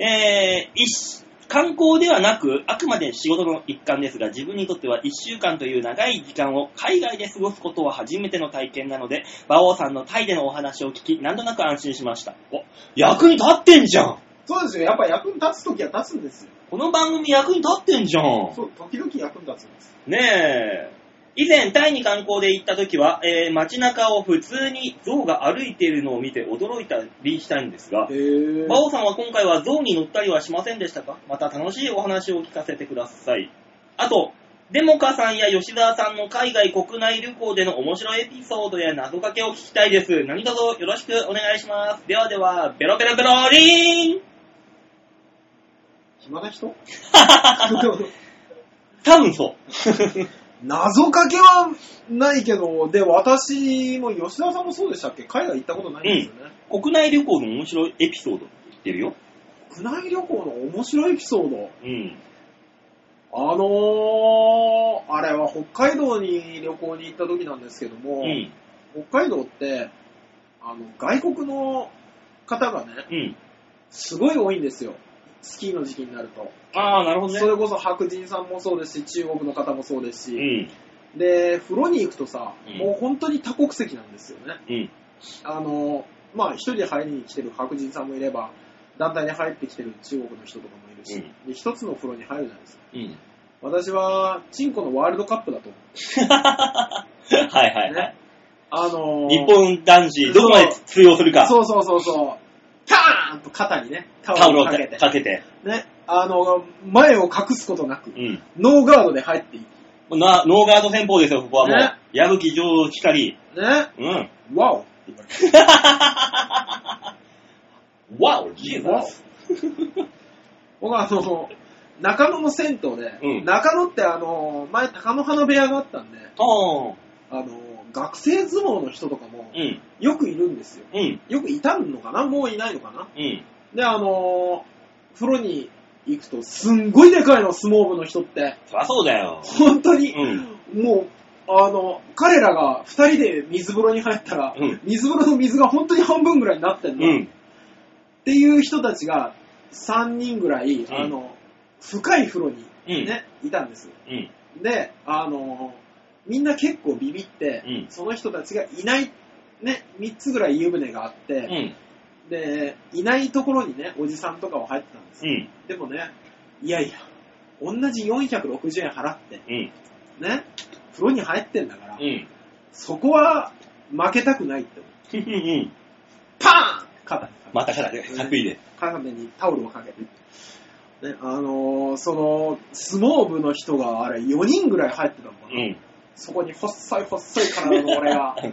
B: えー、一観光ではなく、あくまで仕事の一環ですが、自分にとっては1週間という長い時間を海外で過ごすことは初めての体験なので、馬王さんのタイでのお話を聞き、なんとなく安心しました。お、役に立ってんじゃん
C: あそうですよ。やっぱ役に立つときは立つんですよ。
B: この番組役に立ってんじゃん
C: そう、時々役に立つんです。
B: ねえ。以前、タイに観光で行った時は、えー街中を普通に象が歩いているのを見て驚いたりしたんですが、
C: へ
B: 馬王さんは今回は象に乗ったりはしませんでしたかまた楽しいお話を聞かせてください。あと、デモカさんや吉沢さんの海外国内旅行での面白いエピソードや謎かけを聞きたいです。何卒よろしくお願いします。ではでは、ベロベロベロリーン
C: 暇
B: (laughs)
C: な人
B: 多分そう。
C: 謎かけはないけど、で、私も吉田さんもそうでしたっけ海外行ったことないんですよね。
B: (laughs) 国内旅行の面白いエピソードって言ってるよ。
C: 国内旅行の面白いエピソード。
B: うん。
C: あのー、あれは北海道に旅行に行った時なんですけども、
B: うん。
C: 北海道って、あの、外国の方がね、
B: うん。
C: すごい多いんですよ。スキーの時期になると。
B: ああ、なるほどね。
C: それこそ白人さんもそうですし、中国の方もそうですし、
B: うん。
C: で、風呂に行くとさ、
B: うん
C: もう本当に多国籍なんですよね。
B: うん。
C: あの、まあ、一人で入りに来てる白人さんもいれば、団体に入ってきてる中国の人とかもいるし、
B: うん
C: で一つの風呂に入るじゃないですか。
B: うん。
C: 私は、チンコのワールドカップだと思う。
B: (laughs) はいはいはい
C: ね。あのー
B: 日本男子、どこまで通用するか。
C: そうそうそうそう。カーンと肩にね、タ
B: タオ
C: オ
B: ルを
C: ルを
B: か
C: か
B: け
C: け
B: て。
C: て、ね、あの、前を隠すことなく、
B: うん。
C: ノーガードで入っていく。
B: もうなノーガード戦法ですよ、ここはもう
C: ね。
B: 矢吹城しかり。
C: ね、
B: うん。
C: ワオって言われて。
B: わお、ジーザス。
C: 僕はあの、中野の銭湯で、
B: うん
C: 中野ってあの、前高野花部屋があったんで、
B: おー
C: あの、学生相撲の人とかも
B: うん。
C: よくいるんですよ。
B: うん。
C: よくいたのかなもういないのかな
B: うん。
C: で、あの、風呂に行くと、すんごいでかいの、相撲部の人って。
B: そりゃそうだよ。
C: 本当に、
B: うん
C: もう、あの、彼らが二人で水風呂に入ったら、
B: うん
C: 水風呂の水が本当に半分ぐらいになってん
B: う
C: の、っ
B: ん。
C: ていう人たちが3人ぐらい、
B: ん
C: あの、深い風呂に
B: うん
C: ね、いたんです。
B: うん。
C: で、あの、みんな結構ビビって、
B: うん
C: その人たちがいない、ね、3つぐらい湯船があって、
B: うん。
C: で、いないところにね、おじさんとかは入ってたんです。
B: うん。
C: でもね、いやいや、同じ460円払って、
B: うん。
C: ね、風呂に入ってんだから、
B: うん。
C: そこは負けたくないって思う。
B: うん。
C: パーン肩に
B: またからで、かっこいいで。
C: 肩にタオルをかけて。ね、あのーその、相撲部の人があれ4人ぐらい入ってたのかな、
B: うん。
C: そこに細い細い体の
B: (laughs)
C: 俺が、ね、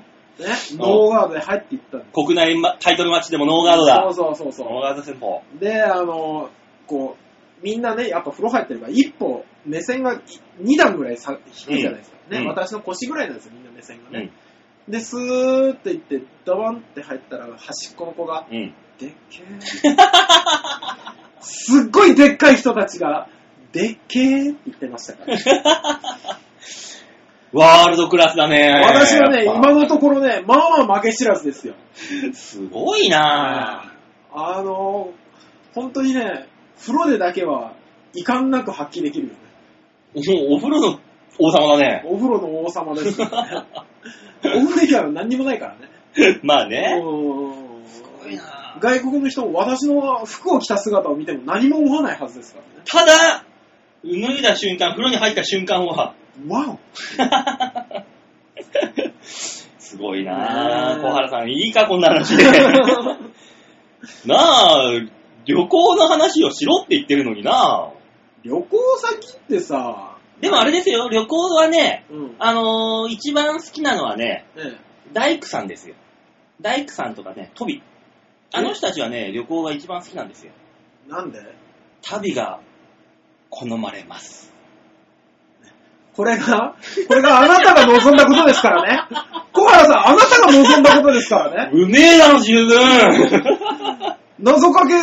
C: ノーガードで入っていったんです。
B: 国内まタイトルマッチでもノーガードだ。
C: そうそうそう
B: ノー
C: そ
B: ガード戦法。
C: う。で、あのーこう、みんなね、やっぱ風呂入ってるから、一歩、目線が2段ぐらいさ低いじゃないですか。ね、
B: うん
C: 私の腰ぐらいなんですよ、みんな目線が
B: う
C: ね。
B: ん。
C: で、スーって行って、ドバンって入ったら、端っこの子が、
B: うん。
C: でっけー。すっごいでっかい人たちが、でっけーって言ってましたから。
B: (laughs) ワールドクラスだね。
C: 私はね、
B: やっぱ
C: 今のところね、まあまあ負け知らずですよ。
B: すごいなぁ。
C: あのー、本当にね、風呂でだけは遺憾なく発揮できるよね。
B: おお風呂の王様だね。
C: お風呂の王様ですよ
B: (laughs)
C: ね。お風呂以外は何にもないからね。
B: まあね。
C: うん
B: ごいな
C: 外国の人も私の服を着た姿を見ても何も思わないはずですからね。
B: ただ、脱いだ瞬間、風呂に入った瞬間は、 (laughs)
C: わ
B: すごいな
C: ね
B: ぁ。
C: え
B: 小原さん、いいか、こんな (laughs) 話で。なあ、旅行の話をしろって言ってるのにな
C: お旅行先ってさ、
B: でもあれですよ、旅行はね、
C: うん。
B: あのー一番好きなのはね、
C: え
B: 大工さんですよ。大工さんとかね、トビ。あの人たちはね、旅行が一番好きなんですよ。
C: え、なんで
B: 旅が好まれます。
C: これが、これがあなたが望んだことで
B: (laughs)
C: すからね。小原さん、あなたが望んだことですからね。
B: うめえだろ、十分
C: 謎かけ、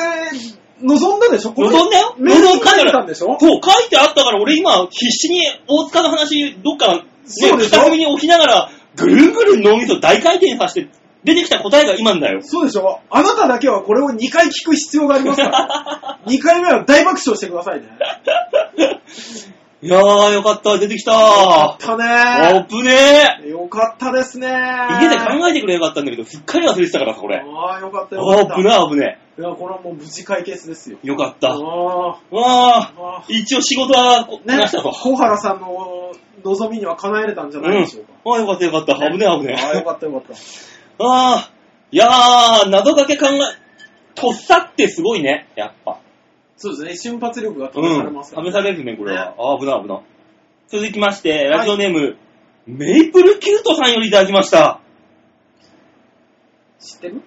C: 望んだでしょこれ
B: 望んだよ
C: メールに
B: 望んだから
C: 書いてたんでしょ
B: そう、書いてあったから、俺今、必死に大塚の話、どっか、ね、
C: そうでしょ
B: 片隅に置きながら、ぐるんぐるん脳みそ大回転させて、出てきた答えが今んだよ。 (laughs)
C: そうでしょあなただけはこれを2回聞く必要があります
B: (laughs)
C: から。2回目は大爆笑してくださいね。
B: いやー、よかった、出てきた
C: よか
B: ー
C: っ。た
B: あ
C: ね
B: っぶね
C: よかったですね
B: ー。家で考えてくれよかったんだけど、すっかり忘れてたからさ、これ。
C: ああ、よかったよか
B: あ
C: った。
B: っぶね、あぶね。
C: いや、これはもう無事解決ですよ。
B: よかった。
C: あ
B: わ
C: あ
B: ー、
C: ああ。
B: 一応仕事はこ、
C: ね
B: なしたぞ。
C: 小原さんの望みには叶えれたんじゃ
B: うん。
C: ないでしょうか。
B: あ、よかったよかった。危ねえ危ね
C: ああ、よ
B: え。
C: かったよかった。
B: ああ、いやー、謎かけ考え、とっさってすごいね、やっぱ。
C: そうですね、瞬発力が試
B: う
C: され
B: ん。
C: ま
B: 試
C: す
B: さ
C: から、
B: れるね、これは
C: ね。
B: あー危ない危ない。続きまして、ラジオネーム、メイプルキュートさんよりいただきました。
C: 知ってる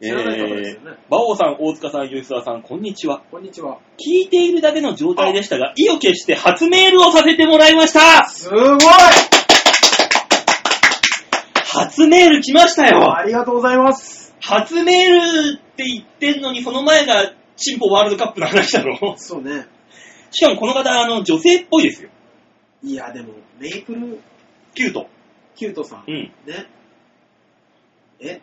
C: 知らない方ですよね。
B: バオさん、大塚さん、吉沢さん、こんにちは。
C: こんにちは。
B: 聞いているだけの状態でしたが、意を決して初メールをさせてもらいました
C: すごい
B: 初メール来ましたよ
C: ありがとうございます。
B: 初メールって言ってんのに、その前がチンポワールドカップの話だろ
C: そうね。
B: しかもこの方、あの、女性っぽいですよ。
C: いや、でも、メイプル
B: キュート。
C: キュートさん
B: う、ん。
C: ね。え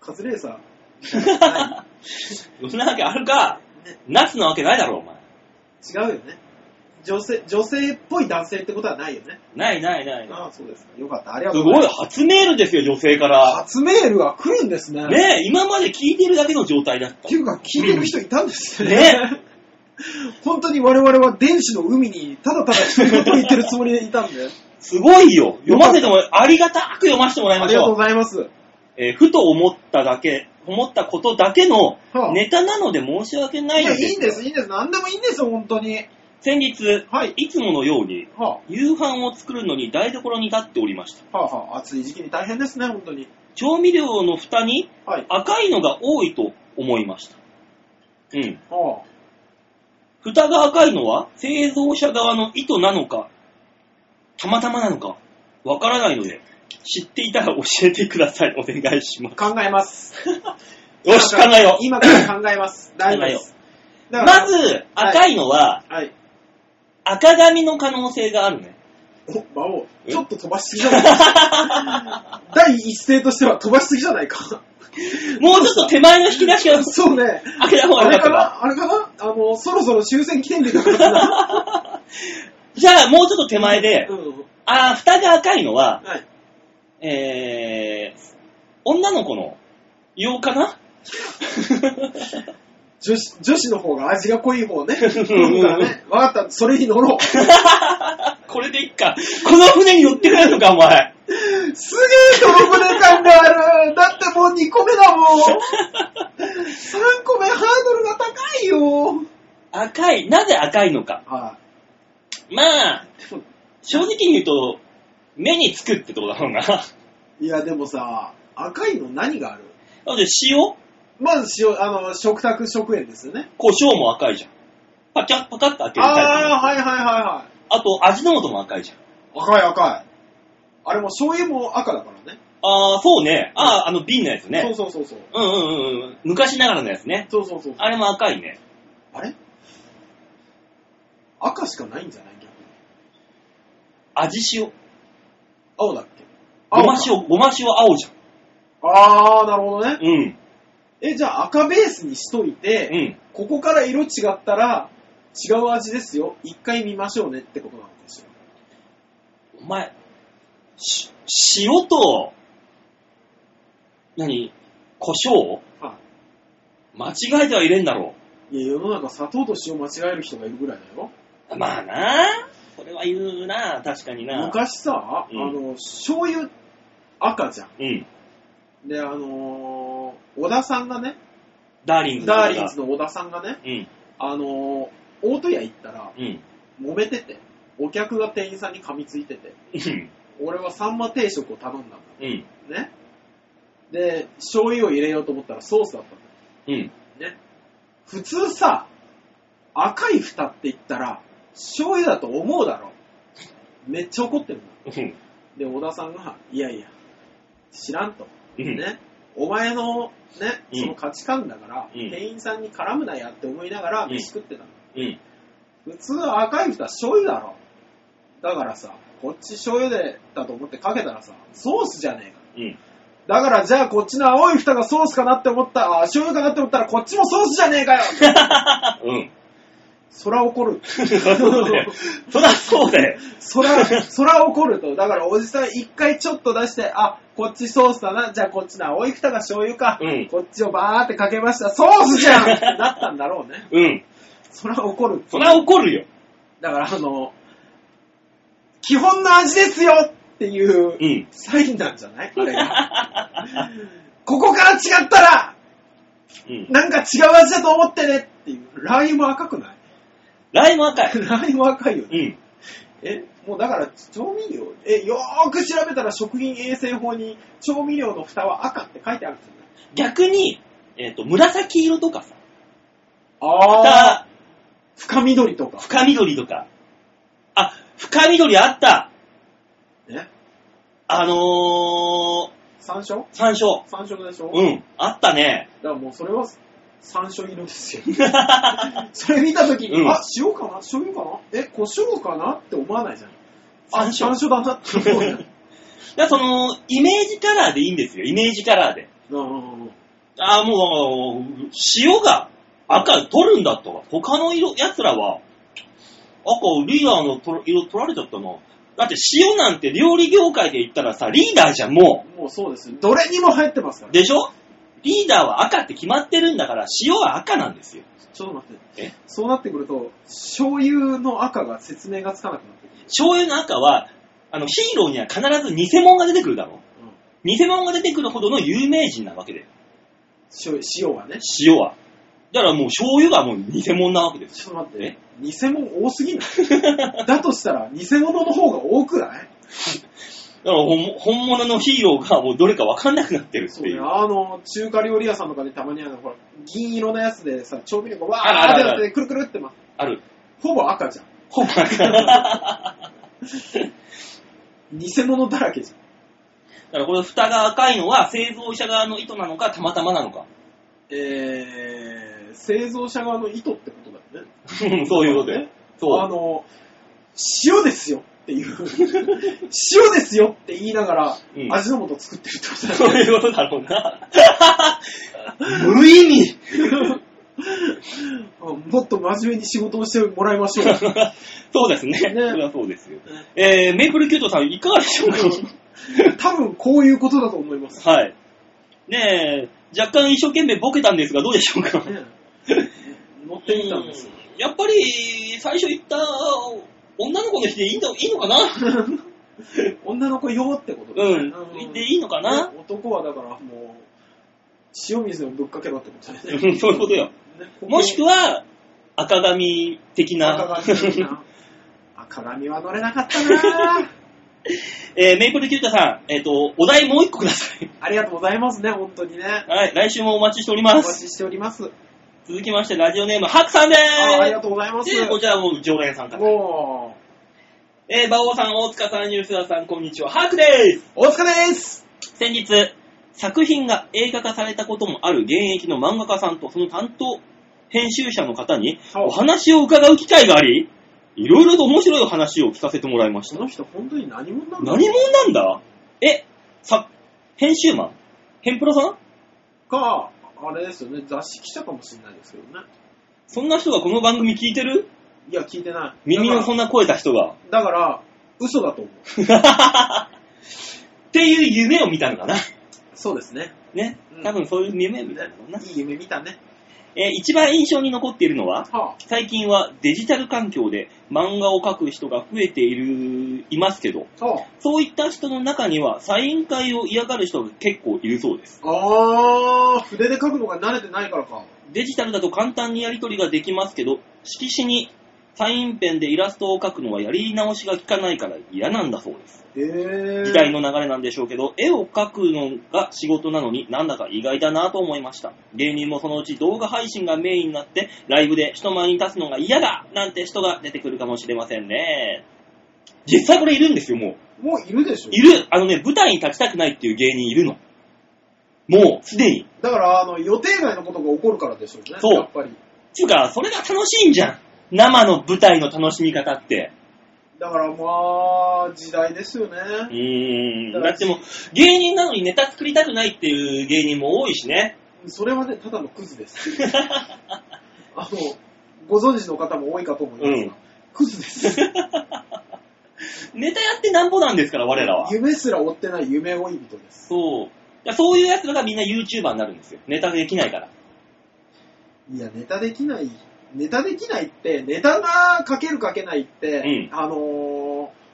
C: カズレーサーは
B: (laughs) そんなわけあるか、夏のわけないだろ、お前。
C: い違うよね。女性、女性っぽい男性ってことはないよね。
B: ないないない。
C: ああ、そうですか。よかった。ありが
B: す
C: とうござ
B: ご
C: い
B: い、
C: ます。
B: 初メールですよ、女性から。
C: 初メールが来るんですね。
B: ねえ、今まで聞いてるだけの状態だった
C: って。いうか、聞いてる人いたんですね。
B: ね
C: (laughs) 本当に我々は電子の海にただただ一言言ってるつもりでいたんで。
B: すごいよ。読ませてもらい、ありがたく読ませてもらい
C: (laughs) あ
B: ま
C: り
B: し
C: がと
B: ょ
C: う
B: う。
C: ございます。
B: えーふと思っただけ、思ったことだけの
C: はあ
B: ネタなので申し訳ない
C: いや、
B: の
C: い
B: です。
C: いんです、いいんです。何でもいいんですよ、本当に。
B: 先日、
C: はいい、
B: つものように、
C: は
B: 夕飯を作るのに台所に立っておりました。
C: あ、はあ、はあ、暑い時期に大変ですね、本当に。
B: 調味料の蓋に
C: はい。
B: 赤いのが多いと思いました。うん。
C: はあ、
B: 蓋が赤いのは製造者側の意図なのか、たまたまなのか、わからないので、知っていたら教えてください。お願いしま
C: 考え (laughs) ます。
B: す。よし、考えよう。
C: 今から (laughs) 考えます。大丈夫です。だから
B: ま、ず、
C: はい
B: 赤いのは、
C: はい。
B: 赤髪の可能性がある
C: (laughs)
B: ね。
C: お、馬王、
B: え
C: ちょっと飛ばしすぎじゃない (laughs) か。第一声としては飛ばしすぎじゃない (laughs) か。
B: もうちょっと手前の引き出しが
C: そうね。
B: 開 (laughs) けた方が
C: あ
B: 良か
C: れ
B: ったか。
C: かなあれかなあの、そろそろ終戦記念日だからな。 (laughs)
B: じゃあ、もうちょっと手前で、
C: うん。
B: あー、蓋が赤いのは、
C: はい。
B: えー、女の子の用かな
C: 女子、女子の方が味が濃い方ね。だ
B: ん
C: からね。わかった、それに乗ろう。 (laughs) すげ
B: (laughs) これでいっか。この船に乗ってくれるのか、お前。
C: え、泥船感がある。だってもう2個目だもん。3個目、ハードルが高いよ。
B: 赤い。なぜ赤いのか。
C: は
B: まあ、正直に言うと、目につくってとこだろうな。だって
C: い。いや、でもさ、赤いの何がある
B: 塩
C: まず塩、あの、食卓食塩ですよね。
B: 胡椒も赤いじゃん。パキャッパカッと開けるタイプの。
C: ああ、はいはいはいはい。
B: あと、味の素も赤いじゃん。
C: 赤い赤い。あれも醤油も赤だからね。
B: ああ、そうね。ああ、あの瓶のやつね。
C: そうそうそうそう。
B: うんうんうんうん。昔ながらのやつね。
C: そうそうそう。
B: あれも赤いね。
C: あれ赤しかないんじゃない逆に。
B: 味塩。
C: 青だっけ
B: ごま
C: か
B: 塩、ごま塩青じゃん。
C: あー、なるほどね。
B: うん。
C: え、じゃあ赤ベースにしといて、
B: うん。
C: ここから色違ったら違う味ですよ。一回見ましょうねってことなんですよ。
B: お前、し、塩と、何胡椒
C: は
B: 間違えては入れんだろ
C: い。いや、世の中砂糖と塩間違える人がいるぐらいだよ。
B: う。まあなこれは言うな確かにな
C: 昔さ、
B: うん
C: あの、醤油赤じゃ
B: うん。
C: ん。で、あのー、小田さんがね、
B: ダーリンズとか
C: ダーリンズの小田さんがね、
B: うん。
C: あのー、大戸屋行ったら、
B: うん。
C: 揉めてて、お客が店員さんに噛みついてて、
B: うん。
C: 俺はサンマ定食を頼んだん
B: うん。
C: だ。ね。で、醤油を入れようと思ったらソースだったんだ。
B: うん。
C: ね。普通さ、赤い蓋って言ったら、醤油だと思うだろ。めっちゃ怒ってるんだ。
B: うん。
C: で、小田さんが、いやいや、知らんと。
B: うん
C: ね。お前の、ね、
B: うん
C: その価値観だから、
B: うん
C: 店員さんに絡むなやって思いながら
B: うん
C: 飯食ってたの。
B: うん。
C: 普通赤い蓋醤油だろ。だからさ、こっち醤油でだと思ってかけたらさ、ソースじゃねえか。
B: うん。
C: だからじゃあこっちの青い蓋がソースかなって思った、あ、醤油かなって思ったらこっちもソースじゃねえかよ
B: うん。 (laughs)
C: そら怒る。
B: そうだよ。そりゃそうだよ。
C: そ
B: (laughs)
C: ら、そら怒ると。だからおじさん一回ちょっと出して、あ、こっちソースだな。じゃあこっちの青い蓋が醤油か。
B: うん
C: こっちをバーってかけました。ソースじゃん
B: (laughs)
C: ってなったんだろうね。
B: うん。
C: そら怒る。
B: そりゃ怒るよ。
C: だからあの、基本の味ですよっていう
B: う、ん。
C: サインなんじゃない (laughs) あれが。ここから違ったら、
B: うん。
C: なんか違う味だと思ってねっていう。ラー油も赤くない
B: ライム赤い
C: ラ。ー油も赤いよね。
B: うん。
C: え、もうだから調味料、え、よーく調べたら食品衛生法に調味料の蓋は赤って書いてあるんですよね。
B: 逆に、えっ、と、紫色とかさ、ま
C: あ
B: た、
C: 深緑とか。
B: 深緑とか。あ、深緑あった
C: ね。
B: あのー、
C: 山椒
B: 山椒。
C: 山椒でしょ
B: う
C: だ
B: ん、あったね。 (laughs)
C: からもうそれは山椒色ですよ。それ見たときに、
B: うん
C: あ、塩かな醤油かなえ、胡椒かなって思わないじゃん。あ、
B: 山
C: 山
B: 椒
C: 椒だなって思うじゃん。
B: だその、イメージカラーでいいんですよ、イメージカラーで。
C: うんうんうん
B: あーもう、塩が赤取るんだとか、他の色、奴らは、赤、リーダーのと色取られちゃったの。だって塩なんて料理業界で言ったらさ、リーダーじゃん、もう。
C: もうそうですよ。どれにも入ってますから。
B: でしょリーダーは赤って決まってるんだから、塩は赤なんですよ。
C: ちょっと待って。
B: え
C: そうなってくると、醤油の赤が説明がつかなくなってくる。
B: 醤油の赤は、あの、ヒーローには必ず偽物が出てくるだろ
C: うん
B: 偽物が出てくるほどの有名人なわけで、
C: 塩塩はね。
B: 塩は。だからもう醤油がもう偽物なわけです
C: ち
B: よ。
C: ょっと待っ
B: え
C: て。偽物多すぎない (laughs) だとしたら、偽物の方が多くない
B: だからほん本物のヒーローがもうどれかわかんなくなってるっ
C: そう
B: てい
C: ね。
B: う。
C: あの、中華料理屋さんとかでたまにあの、ほら、銀色のやつでさ、調味料がわ
B: あ
C: ー
B: ら
C: って
B: らら
C: なって、くるくるってま、
B: ある。 (laughs)
C: ほぼ赤じゃん。
B: ほんまか。だ
C: 偽物だらけじゃん。
B: からこれ蓋が赤いのは製造者側の意図なのか、たまたまなのか。 (laughs)
C: えー、製造者側の意図ってことだよね。
B: うんそういうことよ。そう。
C: あの、塩ですよっ
B: (laughs)
C: ていう。塩ですよって言いながら、
B: うん
C: 味の素作ってるってことだよ
B: そういうことだろう
C: (laughs)
B: な。 (laughs) 無意味
C: うんもっと真面目に仕事をしてもらいまし
B: (laughs)
C: ょう。
B: そうですね。
C: ね
B: それはそうですよ。えー、メイプルキュートさん、いかがでしょうか
C: 多分こういうことだと思います。
B: はい。ねえ、若干一生懸命ボケたんですが、どうでしょうか
C: ね乗ってみたんですよ。
B: うんやっぱり、最初言った女の子の日でいいのいいのかな
C: 女の子用ってこと
B: う
C: だね
B: ん。でいいのかな
C: ね男はだからもう、塩水をぶっかけろってことだよね。
B: うんそういうことよ。
C: ねここ
B: もしくは、赤髪的な
C: 赤。髪な赤髪は乗れなかったなぁ
B: (laughs) えー、メイプルキュートさん、えっ、と、お題もう一個ください。
C: ありがとうございますね、本当にね。
B: はい、来週もお待ちしており
C: お
B: ま
C: 待
B: す。
C: ちしております。
B: 続きまして、ラジオネーム、ハクさんでーす
C: あありがとうございます。
B: でこちらも常連さんから。
C: も
B: えー、馬王さん、大塚さん、ゆるすわさん、こんにちは。ハークで
C: う、お疲れです
B: す先日、作品が映画化されたこともある現役の漫画家さんとその担当編集者の方に
C: はい
B: お話を伺う機会があり、いろいろと面白いお話を聞かせてもらいまし
C: そ
B: た。
C: の人、本当に何者なの
B: 何者なんだえ、さ、編集マン編プロさん
C: か、あれですよね、雑誌記者かもしれないですけどね。
B: そんな人がこの番組聞いてる
C: いや、聞いてない。
B: 耳の
C: だか
B: そんな声た人が。
C: ら、だから嘘だと思う。
B: (laughs) っていう夢を見たのかな。
C: そうですね。
B: ね
C: う。ん
B: 多分そういう夢みたいなもんな。
C: いい夢見たね。
B: えー一番印象に残っているのは、
C: は
B: 最近はデジタル環境で漫画を描く人が増えている、いますけど、
C: あ。は
B: そういった人の中にはサイン会を嫌がる人が結構いるそうです。
C: あ。あー、筆で書くのが慣れてないからか。
B: デジタルだと簡単にやり取りができますけど、色紙にサインペンでイラストを描くのはやり直しが効かないから嫌なんだそうです。
C: へー。
B: 時代の流れなんでしょうけど、絵を描くのが仕事なのになんだか意外だなと思いました。芸人もそのうち動画配信がメインになって、ライブで人前に立つのが嫌だなんて人が出てくるかもしれませんね。実際これいるんですよ、もう。
C: もういるでしょ
B: いるあのね、舞台に立ちたくないっていう芸人いるの。もう、すでに。
C: だから、あの、予定外のことが起こるからでしょうね。
B: そう
C: やっぱり。
B: つうか、それが楽しいんじゃん。生の舞台の楽しみ方って。
C: だから、まあ、時代ですよね。
B: うーん。だってもう、芸人なのにネタ作りたくないっていう芸人も多いしね。
C: それはね、ただのクズです。
B: (laughs)
C: あの、ご存知の方も多いかと思いま
B: う
C: すが、
B: ん
C: クズです。
B: ネタやってなんぼなんですから、我らは。
C: (laughs) 夢すら追ってない夢追い人です。
B: そう。いやそういう奴らがみんな YouTuber になるんですよ。ネタできないから。
C: いや、ネタできない、ネタできないって、ネタが書ける書けないって、
B: うん
C: あのー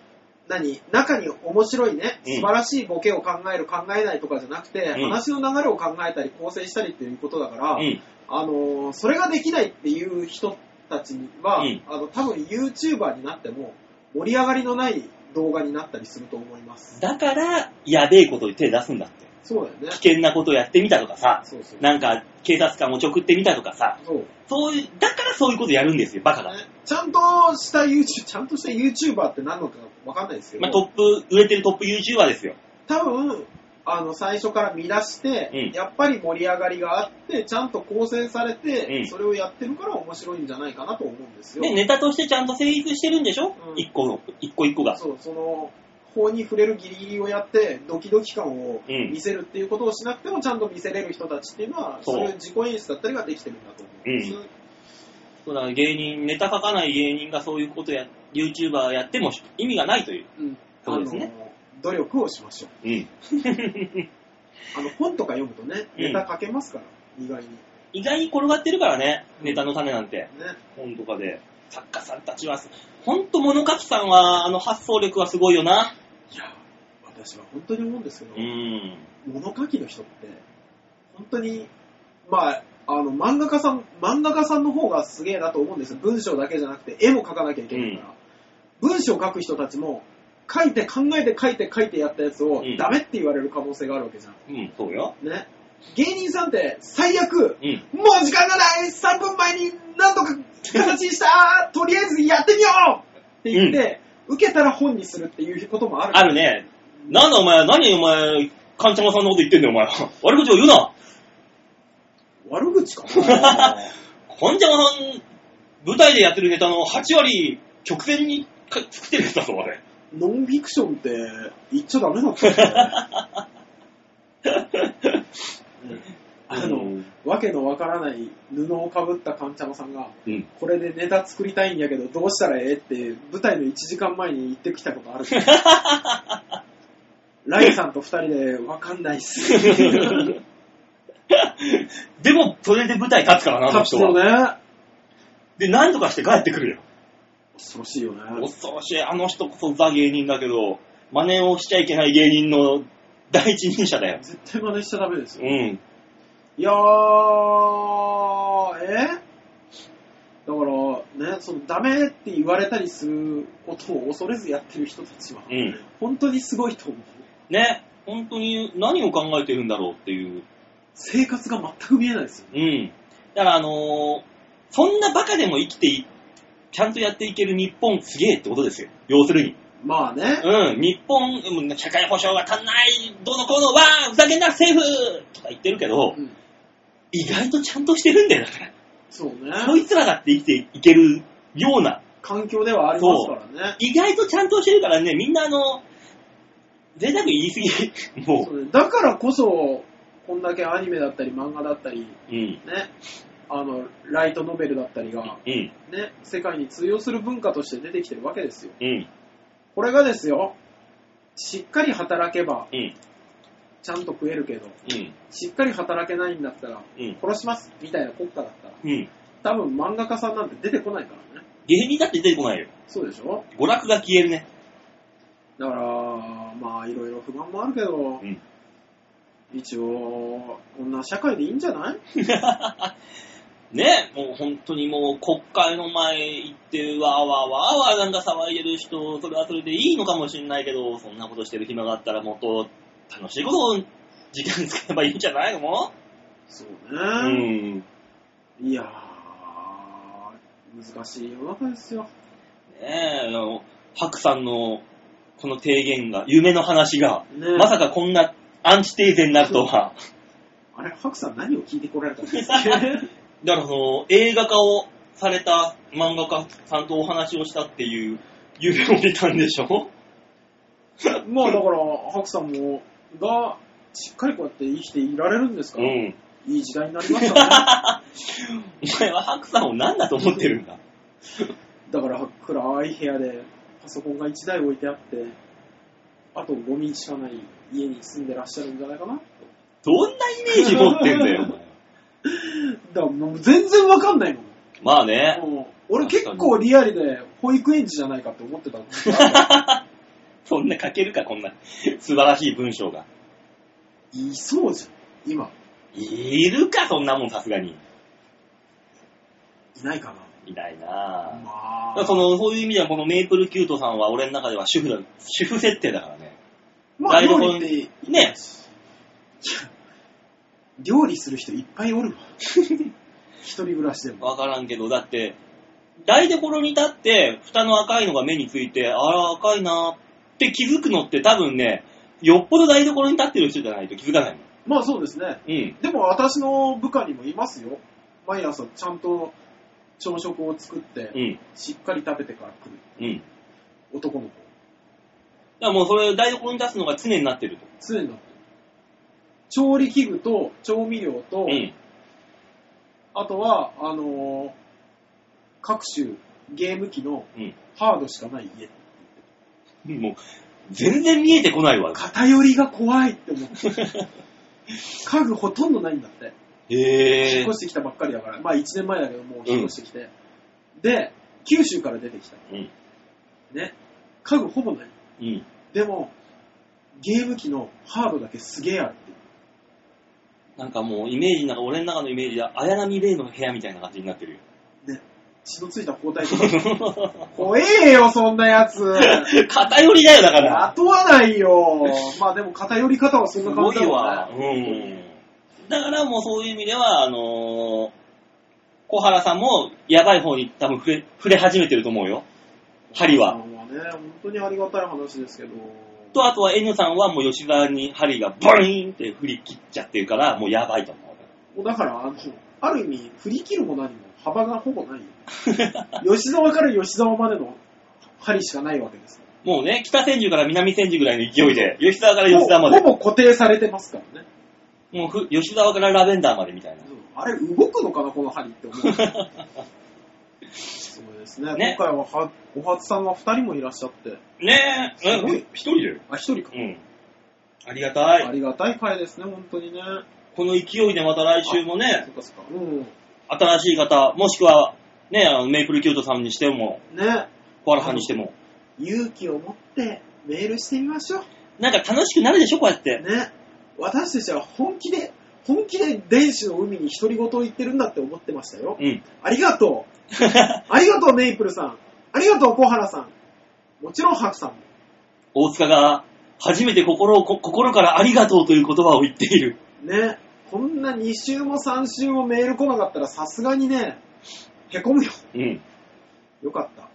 C: 何中に面白いね、
B: うん
C: 素晴らしいボケを考える、考えないとかじゃなくて、
B: うん
C: 話の流れを考えたり、構成したりっていうことだから、
B: うん。
C: あのーそれができないっていう人たちは、
B: うん
C: あの多分 YouTuber になっても盛り上がりのない動画になったりすると思います。
B: だから、やべえことに手出すんだって。
C: そうだよね
B: 危。険なことやってみたとかさ、
C: そうそう。
B: なんか警察官をちょくってみたとかさ、
C: そう、ね。
B: そういう、だからそういうことやるんですよ、バカが。
C: ちゃんとした YouTube、ちゃんとした YouTuber って何なのかわかんないですけど、
B: まあ、トップ、売れてるトップ YouTuber ですよ。
C: 多分、あの、最初から見出して、
B: うん
C: やっぱり盛り上がりがあって、ちゃんと構成されて、
B: うん
C: それをやってるから面白いんじゃないかなと思うんですよ。
B: で、ネタとしてちゃんと成立してるんでしょ、
C: うん
B: 一個の、一個一個が。
C: そう、その、法に触れるギリギリをやって、ドキドキ感を
B: うん
C: 見せるっていうことをしなくても、ちゃんと見せれる人たちっていうのは、
B: そう
C: そういう自己演出だったりができてるんだと思うんです。
B: うそうだから芸人、ネタ書かない芸人がそういうことや、YouTuber やっても意味がないという。
C: うん
B: そうですね
C: あの努力をしましょう。
B: うん。
C: あの、本とか読むとね、
B: うん
C: ネタ書けますから、意外に。ね。
B: 意外に転がってるからね、ネタの種なんて、本とかで。作家さんたちは、ほんと物書きさんは、あの発想力はすごいよな。
C: いや、私は本当に思うんですけど、
B: うん。
C: 物書きの人って、本当に、まあ、あの、漫画家さん、漫画家さんの方がすげえなと思うんですよ。文章だけじゃなくて、絵も描かなきゃいけないから。文章を書く人たちも、書いて考えて書いて書いてやったやつを、
B: うん
C: ダメって言われる可能性があるわけじゃん。
B: うん、そうよ。
C: ね。芸人さんって、最悪、
B: うん。
C: もう時間がない !3 分前になんとか形にしたとりあえずやってみようって言って、受けたら本にするっていうこともある。
B: あるね。なんだお前、何お前、かんちゃまさんのこと言ってんだよ、お前。 (laughs) 悪口を言うな
C: 悪口
B: (laughs)
C: か
B: かんちゃまさん、舞台でやってるネタの8割、直線にか作ってるやつだぞ、あれ。 (laughs)
C: ノンフィクションって言っちゃダメなんですよ
B: (laughs)
C: ね。あの、わけのわからない布をかぶったカンチャマさんが、
B: うん。
C: これでネタ作りたいんやけどどうしたらええって舞台の1時間前に言ってき
B: (laughs)
C: たことあるじゃんライさんと2人でわかんないっ
B: (laughs)
C: す。
B: でも、それで舞台立つからな、あの人
C: よ
B: は。
C: ね。
B: で、何とかして帰ってくるよ。
C: 恐ろしいよね。
B: 恐ろしい。あの人こそザ芸人だけど、真似をしちゃいけない芸人の第一人者だよ。
C: 絶対真似しちゃダメです
B: う
C: よ。
B: ん。
C: いやー、えだから、ね、そのダメって言われたりすることを恐れずやってる人たちは、
B: うん
C: 本当にすごいと思う。
B: ね。本当に何を考えてるんだろうっていう。
C: 生活が全く見えないですよ。
B: うん。だからあのーそんなバカでも生きてい、ちゃんとやっていける日本すげえってことですよ。要するに。
C: まあね、
B: うん、日本、うん社会保障が足んない、どうのこうの、わー、ふざけんな、政府とか言ってるけど、
C: うん
B: 意外とちゃんとしてるんだよ、だから。
C: そうね、
B: こいつらだって生きていけるような、
C: 環境ではありますからね。
B: 意外とちゃんとしてるからね、みんなあの、贅沢言い過ぎ、も (laughs)
C: そうねだからこそ、ここんだけアニメだったり漫画だったり、
B: うん。
C: ね、あの、ライトノベルだったりが、
B: うん。
C: ね、世界に通用する文化として出てきてるわけですよ。
B: うん。
C: これがですよ、しっかり働けば、
B: うん。
C: ちゃんと食えるけど、
B: うん。
C: しっかり働けないんだったら、
B: うん
C: 殺しますみたいな国家だったら、
B: うん。
C: 多分漫画家さんなんて出てこないからね。
B: 芸人だって出てこないよ。
C: そうでしょ
B: 娯楽が消えるね。
C: だから、まあ、いろいろ不満もあるけど
B: う、ん。
C: 一応、こんな社会でいいんじゃない
B: (laughs) ねもう本当にもう国会の前行って、わーわーわーわーなんか騒いでる人、それはそれでいいのかもしれないけど、そんなことしてる暇があったらもっと楽しいことを時間使えばいいんじゃないのも
C: そう
B: う
C: ね。
B: ん。
C: いやー、難しい世の中ですよ。
B: ねえ、あの、白さんのこの提言が、夢の話が、
C: ね
B: まさかこんなアンチテーゼになるとは。
C: あれ、ハクさん何を聞いてこられたんですかね
B: だからその、映画化をされた漫画家さんとお話をしたっていう夢を見たんでしょ (laughs)
C: まあだから、ハクさんも、が、しっかりこうやって生きていられるんですから、
B: ん。
C: いい時代になりましたね。
B: お前は白さんを何だと思ってるんだ。
C: だから、暗い部屋で、パソコンが1台置いてあって、あとゴミしかない家に住んでらっしゃるんじゃないかな。
B: どんなイメージ持ってんだよ、お前
C: だからもう全然わかんないもん。
B: まあね。
C: うん俺結構リアルで保育園児じゃないかって思ってたんですよ
B: (laughs) そんな書けるか、こんな素晴らしい文章が。
C: いそうじゃん。今、
B: いるか、そんなもん、さすがに。
C: いないか
B: いない
C: な。
B: なぁ。
C: ま
B: だか
C: あ
B: ら、その、そういう意味では、このメイプルキュートさんは俺の中では主婦だ、主婦設定だからね。
C: まあ
B: 台
C: 料
B: 所
C: 理っ
B: に
C: ていい
B: ね
C: 料理する人いっぱい
B: (laughs)
C: おるわ。一人暮らしでも。
B: わからんけど、だって、台所に立って、蓋の赤いのが目について、あら、赤いなーって気づくのって多分ね、よっぽど台所に立ってる人じゃないと気づかないの。
C: まあそうですね。
B: うん。
C: でも私の部下にもいますよ。毎朝ちゃんと朝食を作って
B: う、ん。
C: しっかり食べてから来る
B: うん。だ
C: 男の子。
B: からもうそれ、台所に立つのが常になってると。
C: 常になってる調理器具と調味料と、
B: うん。
C: あとは、あのー各種ゲーム機の
B: うん
C: ハードしかない家。
B: もう、全然見えてこないわ。
C: 偏りが怖いって
B: (laughs)
C: 思って。家具ほとんどないんだって。
B: へ
C: 引っ
B: ぇ
C: 越してきたばっかりだから。まあ1年前だけど、もう引っ越してきて。で、九州から出てきた。
B: うん。
C: ね。家具ほぼない。
B: うん。
C: でも、ゲーム機のハードだけすげえあるっていう。
B: なんかもう、イメージの中、俺の中のイメージでは、綾波レイの部屋みたいな感じになってるよ。 (laughs)
C: 血のついた包帯とか。怖えよ、そんなやつ。
B: 偏りだよ、だから。
C: 雇わないよ。まあでも偏り方はそん
B: す
C: な感
B: ご
C: じだ
B: い
C: も
B: わ。
C: んね。
B: うん。だからもうそういう意味では、あのー、小原さんも、やばい方に多分触れ、触れ始めてると思うよ。針
C: あ
B: は。
C: のね、本当にありがたい話ですけど。
B: と、あとは N さんはもう吉沢に針がバリーンって振り切っちゃってるから、もうやばいと思う。 (laughs)
C: もうだから、あの、ある意味、振り切るも何も幅がほぼない。吉沢から吉沢までの針しかないわけです。
B: もうね、北千住から南千住ぐらいの勢いで、吉沢から吉沢ま
C: ほ
B: で、
C: ぼ固定されてますからね。
B: もうふ吉沢からラベンダーまでみたいな。
C: あれ、動くのかな、この針って思う。そうです (laughs) ね。
B: ね
C: 今回はは、お初さんが2人もいらっしゃって、
B: (laughs) ねえ、
C: すごい
B: え一人だよ。
C: あ、1人か
B: う。ん。ありがた
C: あ
B: い。
C: りがたい回ですね、本当にね。
B: この勢いでまた来週もね
C: そ、っかそっか。うん。
B: 新しい方、もしくは、ね、あのメイプルキュートさんにしても、
C: ね。
B: 小原さんにしても、
C: 勇気を持ってメールしてみましょう。
B: なんか楽しくなるでしょ、こうやって。
C: ね、私たちは本気で、本気で電子の海に独り言を言ってるんだって思ってましたよ。
B: うん。
C: ありがとう。ありがとう、メイプルさん。ありがとう、小原さん。もちろん、ハクさんも。
B: 大塚が、初めて心をこ、心からありがとうという言葉を言っている。
C: ね、こんな2週も3週もメール来なかったらさすがにね、へこむよ。
B: うん。
C: よかった。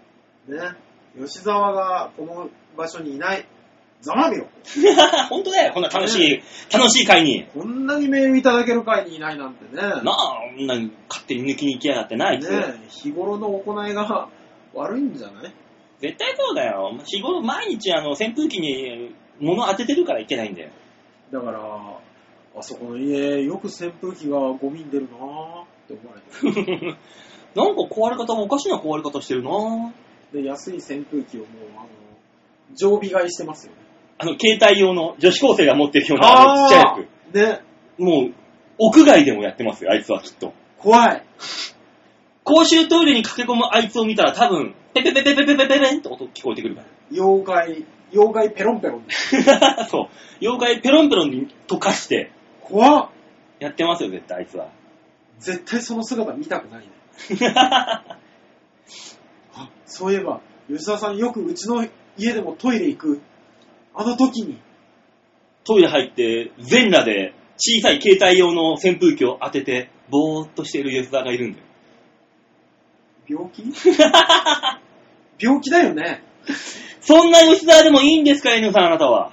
C: ね、吉沢がこの場所にいない。ざまみろ。
B: 本当だよ、こんな楽しい、楽しい会に。
C: こんなにメールいただける会にいないなんてね。
B: なあ、こんなに勝手に抜きに行きやがってな、あいつ。
C: ね、日頃の行いが (laughs) 悪いんじゃない
B: 絶対そうだよ。日頃毎日あの扇風機に物当ててるからいけないんだよ。
C: だから、あそこの家、よく扇風機がゴミに出るなぁって思われて
B: なんか壊れ方もおかしな壊れ方してるなぁ。
C: る。で、安い扇風機をもう、あの、常備買いしてますよね。
B: あの、携帯用の女子高生が持ってるような、あのちっちゃいや
C: ちゃいね、
B: つ。もう、屋外でもやってますよ、あいつはきっと。
C: 怖い。
B: 公衆トイレに駆け込むあいつを見たら多分、ペペペペペペペペペンって音聞こえてくるから。
C: 妖怪、妖怪ペロンペロン。
B: (laughs) そう。妖怪ペロンペロンに溶かして
C: 怖っ
B: やってますよ、絶対あいつは。 (laughs)
C: 絶対その姿見たくないね。あそういえば、吉沢さんよくうちの家でもトイレ行く。あの時に、
B: トイレ入って、全裸で小さい携帯用の扇風機を当てて、ぼーっとしている吉沢がいるんだよ。(laughs)
C: 病気病気だよね。
B: そんな吉沢でもいいんですか、N さん、あなたは。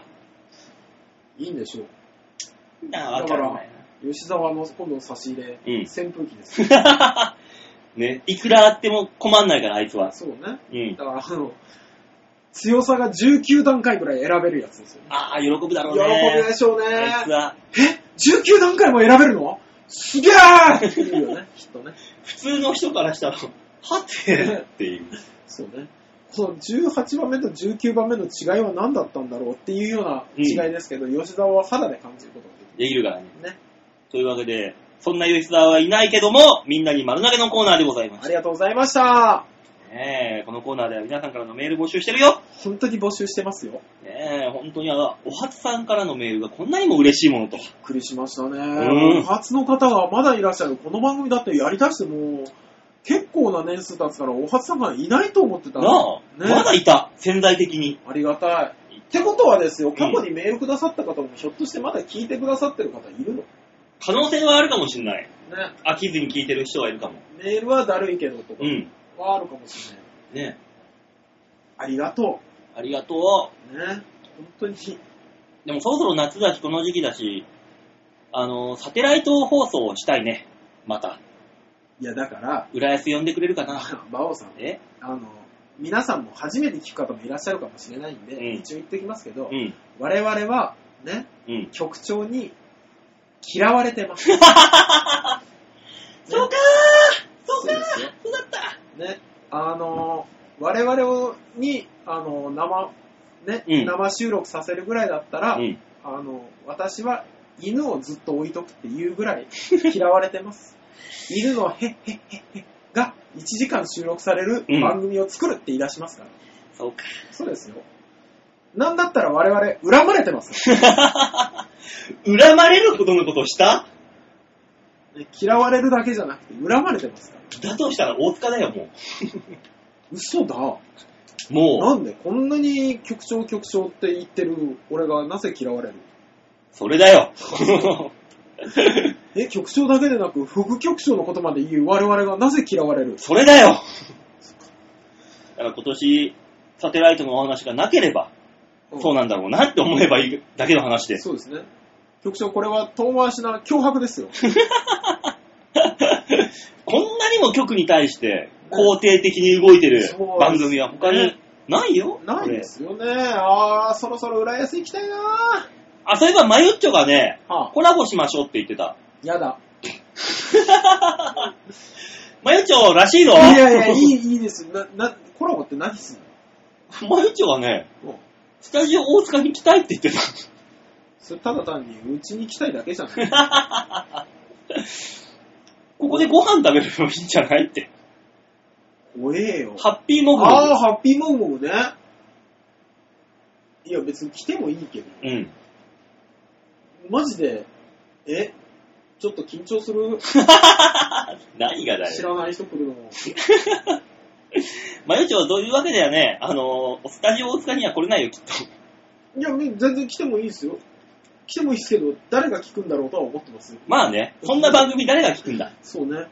C: いいんでしょう。
B: な
C: だから、吉沢の今度の差し入れ、
B: うん
C: 扇風機です。
B: な。 (laughs) ね、いくらあっても困んないから、あいつは。
C: そうね。
B: うん。
C: だから、あの、強さが19段階ぐらい選べるやつですよね。
B: ああ、喜ぶだろう
C: 喜びで
B: ね。
C: しょうね。
B: あいつは。
C: え ?19 段階も選べるのすげえって言うよね、きっとね。
B: 普通の人からしたら、はてっていう。
C: そうね。この18番目と19番目の違いは何だったんだろうっていうような違いですけど、吉沢は肌で感じることがで
B: で
C: き
B: きるからね。
C: るね。
B: というわけで、そんな吉沢はいないけども、みんなに丸投げのコーナーでございま
C: あ
B: す。
C: りがとうございました。
B: ねえ、このコーナーでは皆さんからのメール募集してるよ。
C: 本当に募集してますよ。
B: ねえ、本当にあの、お初さんからのメールがこんなにも嬉しいものと。
C: びっくりしましたね。
B: うん
C: 初の方がまだいらっしゃる。この番組だってやりだしてもう、結構な年数経つから、お初さんがいないと思ってた。
B: なあ、まだいた、潜在的に。
C: ありがたい。ってことはですよ、過去にメールくださった方も、ひょっとしてまだ聞いてくださってる方いるのね。
B: 可能性はあるかもしんない。飽きずに聞いてる人はいるかも。
C: メールはだるいけどとか
B: うん。
C: はあるかもしれない。
B: ね
C: ありがと
B: え、ありがと
C: う。ね。本当に。
B: う。でもそろそろ夏だし、この時期だし、あの、サテライト放送をしたいね。また。
C: いや、だから、 (laughs)
B: 浦安呼んでくれるかな。
C: 馬王さん、
B: え
C: あの、皆さんも初めて聞く方もいらっしゃるかもしれないんで、
B: うん
C: 一応言っておきますけど、
B: うん。
C: 我々は、ね、
B: うん。
C: 局長に嫌われ
B: (laughs)
C: てます。ね
B: そうか
C: そうですよ。
B: ーそうだった
C: ね、あのー我々をに、あのー生、ね、
B: うん
C: 生収録させるぐらいだったら、
B: うん。
C: あのー私は犬をずっと置いとくっていうぐらい (laughs) 嫌われてます。犬のへっへっへっへが1時間収録される
B: うん
C: 番組を作るって言い出しますから。
B: そうか。
C: そうですよ。なんだったら我々、恨まれてます。
B: (laughs) 恨まれるほどのことをした
C: ね嫌われるだけじゃなくて、恨まれてますから。
B: だとしたら大塚だよ、も
C: 嘘だ。
B: う。もう。
C: なんでこんなに局長局長って言ってる俺がなぜ嫌われる
B: それだよ。 (laughs)
C: え、局長だけでなく、副局長のことまで言う我々がなぜ嫌われる
B: それだよ。だから今年、サテライトのお話がなければ、そうなんだろうなって思えばいいだけの話で。
C: そうですね。局長、これは遠回しな脅
B: (laughs)
C: 迫ですよ。
B: こんなにも局に対して肯定的に動いてる
C: そう
B: 番組は他に
C: ね
B: ないよ。
C: ない
B: これ
C: ですよね。あー、そろそろ浦安行きたいな
B: あ、そういえばマユッチョがね、
C: はあ
B: コラボしましょうって言ってた。
C: やだ。
B: マユッチョらしいぞ
C: いやいや、いい、いいです。な、な、コラボって何す
B: (laughs)
C: ん
B: マユッチョはね、
C: のもう
B: スタジオ大塚に来たいって言ってた。
C: それただ単にうちに来たいだけじゃ
B: (laughs)
C: ん。い
B: ここでご飯食べればいいんじゃないって。
C: 怖えよ。
B: ハッピーモグ
C: あー、ハッピーモグモグね。いや、別に来てもいいけど。
B: うん。
C: マジで、え、ちょっと緊張する
B: 何がだよ
C: 知。らない人来るの。
B: マヨチョはどういうわけだよね。あのー、スタジオ大塚には来れないよ、きっと。
C: いや、み全然来てもいいですよ。来てもいいですけど、誰が聞くんだろうとは思ってますよ。
B: まあね、こんな番組誰が聞くんだ。
C: そうね。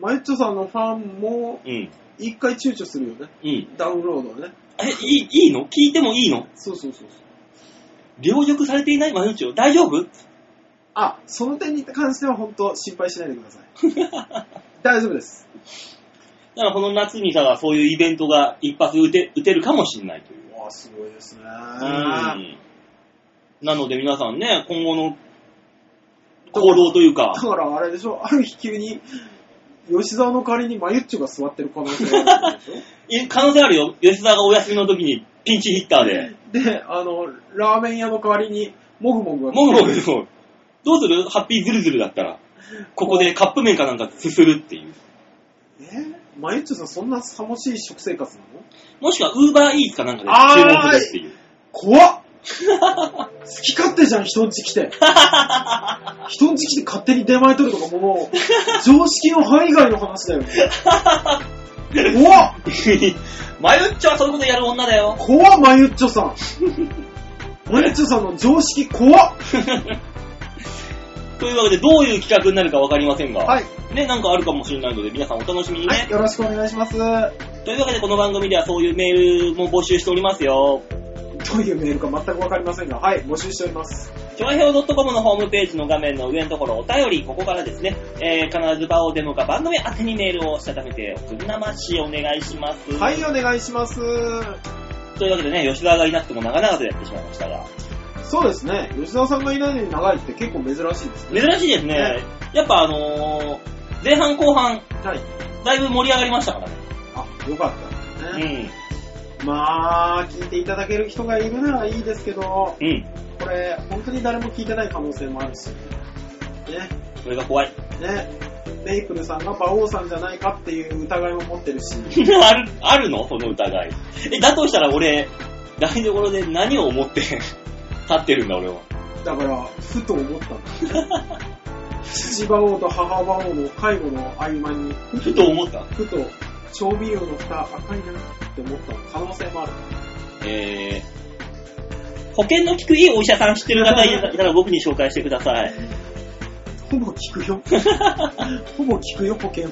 C: マユッチョさんのファンも、
B: うん。
C: 一回躊躇するよね。
B: うん。
C: ダウンロードはね。
B: え、いい、いいの聞いてもいいの
C: そうそうそうそう。
B: 凌辱されていないマヨチョ大丈夫
C: あ、その点に関しては本当心配しないでくだ (laughs) さい。大丈夫です。
B: だからこの夏にさ、そういうイベントが一発打て打てるかもしんないという。
C: わあ、すごいですね。
B: うんなので皆さんね、今後の行動というか
C: だ、からあれでしょ、ある日急に、吉沢の代わりにマユッチョが座ってる可能性があるんでしょ
B: い可能性あるよ。吉沢がお休みの時にピンチヒッターで。
C: (laughs) で、あの、ラーメン屋の代わりに、もぐもぐが。
B: もうもうもうどうするハッピーズルズルだったら。ここでカップ麺かなんかすするっていう。
C: えマユッチョさん、そんなさもしい食生活なの
B: もしくは、ウーバーイーツかなんかで
C: あー
B: 注文するっていう。
C: 怖っ好き勝手じゃん、人んち来て。人んち来て勝手に出前取るとかもう、常識の範囲外の話だよ。怖っ
B: マ (laughs) ユッチョはそういうことやる女だよ。
C: 怖っ、マユッチョさん。マユッチョさんの常識怖っ。
B: というわけで、どういう企画になるかわかりませんが、
C: はい、
B: ね、なんかあるかもしれないので、皆さんお楽しみに
C: は
B: ね
C: い、。よろしくお願いします。ど
B: というわけで、この番組ではそういうメールも募集しておりますよ。
C: ういうメールか全くわかりませんが、はい、募集しております。
B: 調和表 .com のホームページの画面の上のところお便り、ここからですね、えー、必ず場をデモか番組宛てにメールをしたためておくんなましお願いします。
C: はい、お願いします。
B: というわけでね、吉沢がいなくても長々とやってしまいましたが、
C: そうですね、吉沢さんがいないのに長いって結構珍しいですね。
B: 珍しいですね
C: ね。
B: やっぱあのー、前半後半、
C: はい。
B: だいぶ盛り上がりましたからね。
C: あ、よかったですね。
B: う
C: まあ、聞いていただける人がいるならいいですけど、こ
B: ん。うん。
C: れ、本当に誰も聞いてない可能性もあるし、ね、
B: それが怖い。
C: ね、メイプルさんが馬王さんじゃないかっていう疑いも持ってるし、
B: (laughs) ある、あるのその疑い。え、だとしたら俺、台所で何を思って (laughs) 立ってるんだ俺は。
C: だから、ふと思ったんだよね。父馬王と母馬王の介護の合間に、
B: ふと思った。
C: ふと、調味料の蓋赤いなって思った可能性もある。
B: えー、保険の効くいいお医者さん知ってる方いたら僕に紹介してください。
C: ほぼ効く (laughs) よ。ほぼ効くよ、保険は。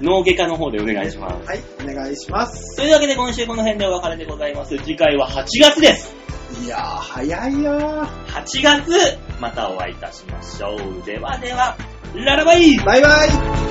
B: 脳外科の方でお願いします。
C: はい、お願いします。
B: というわけで今週この辺でお別れでございます。次回は8月です。
C: いやー、早いよー。
B: 8月、またお会いいたしましょう。ではでは、ララバイ
C: バイバイ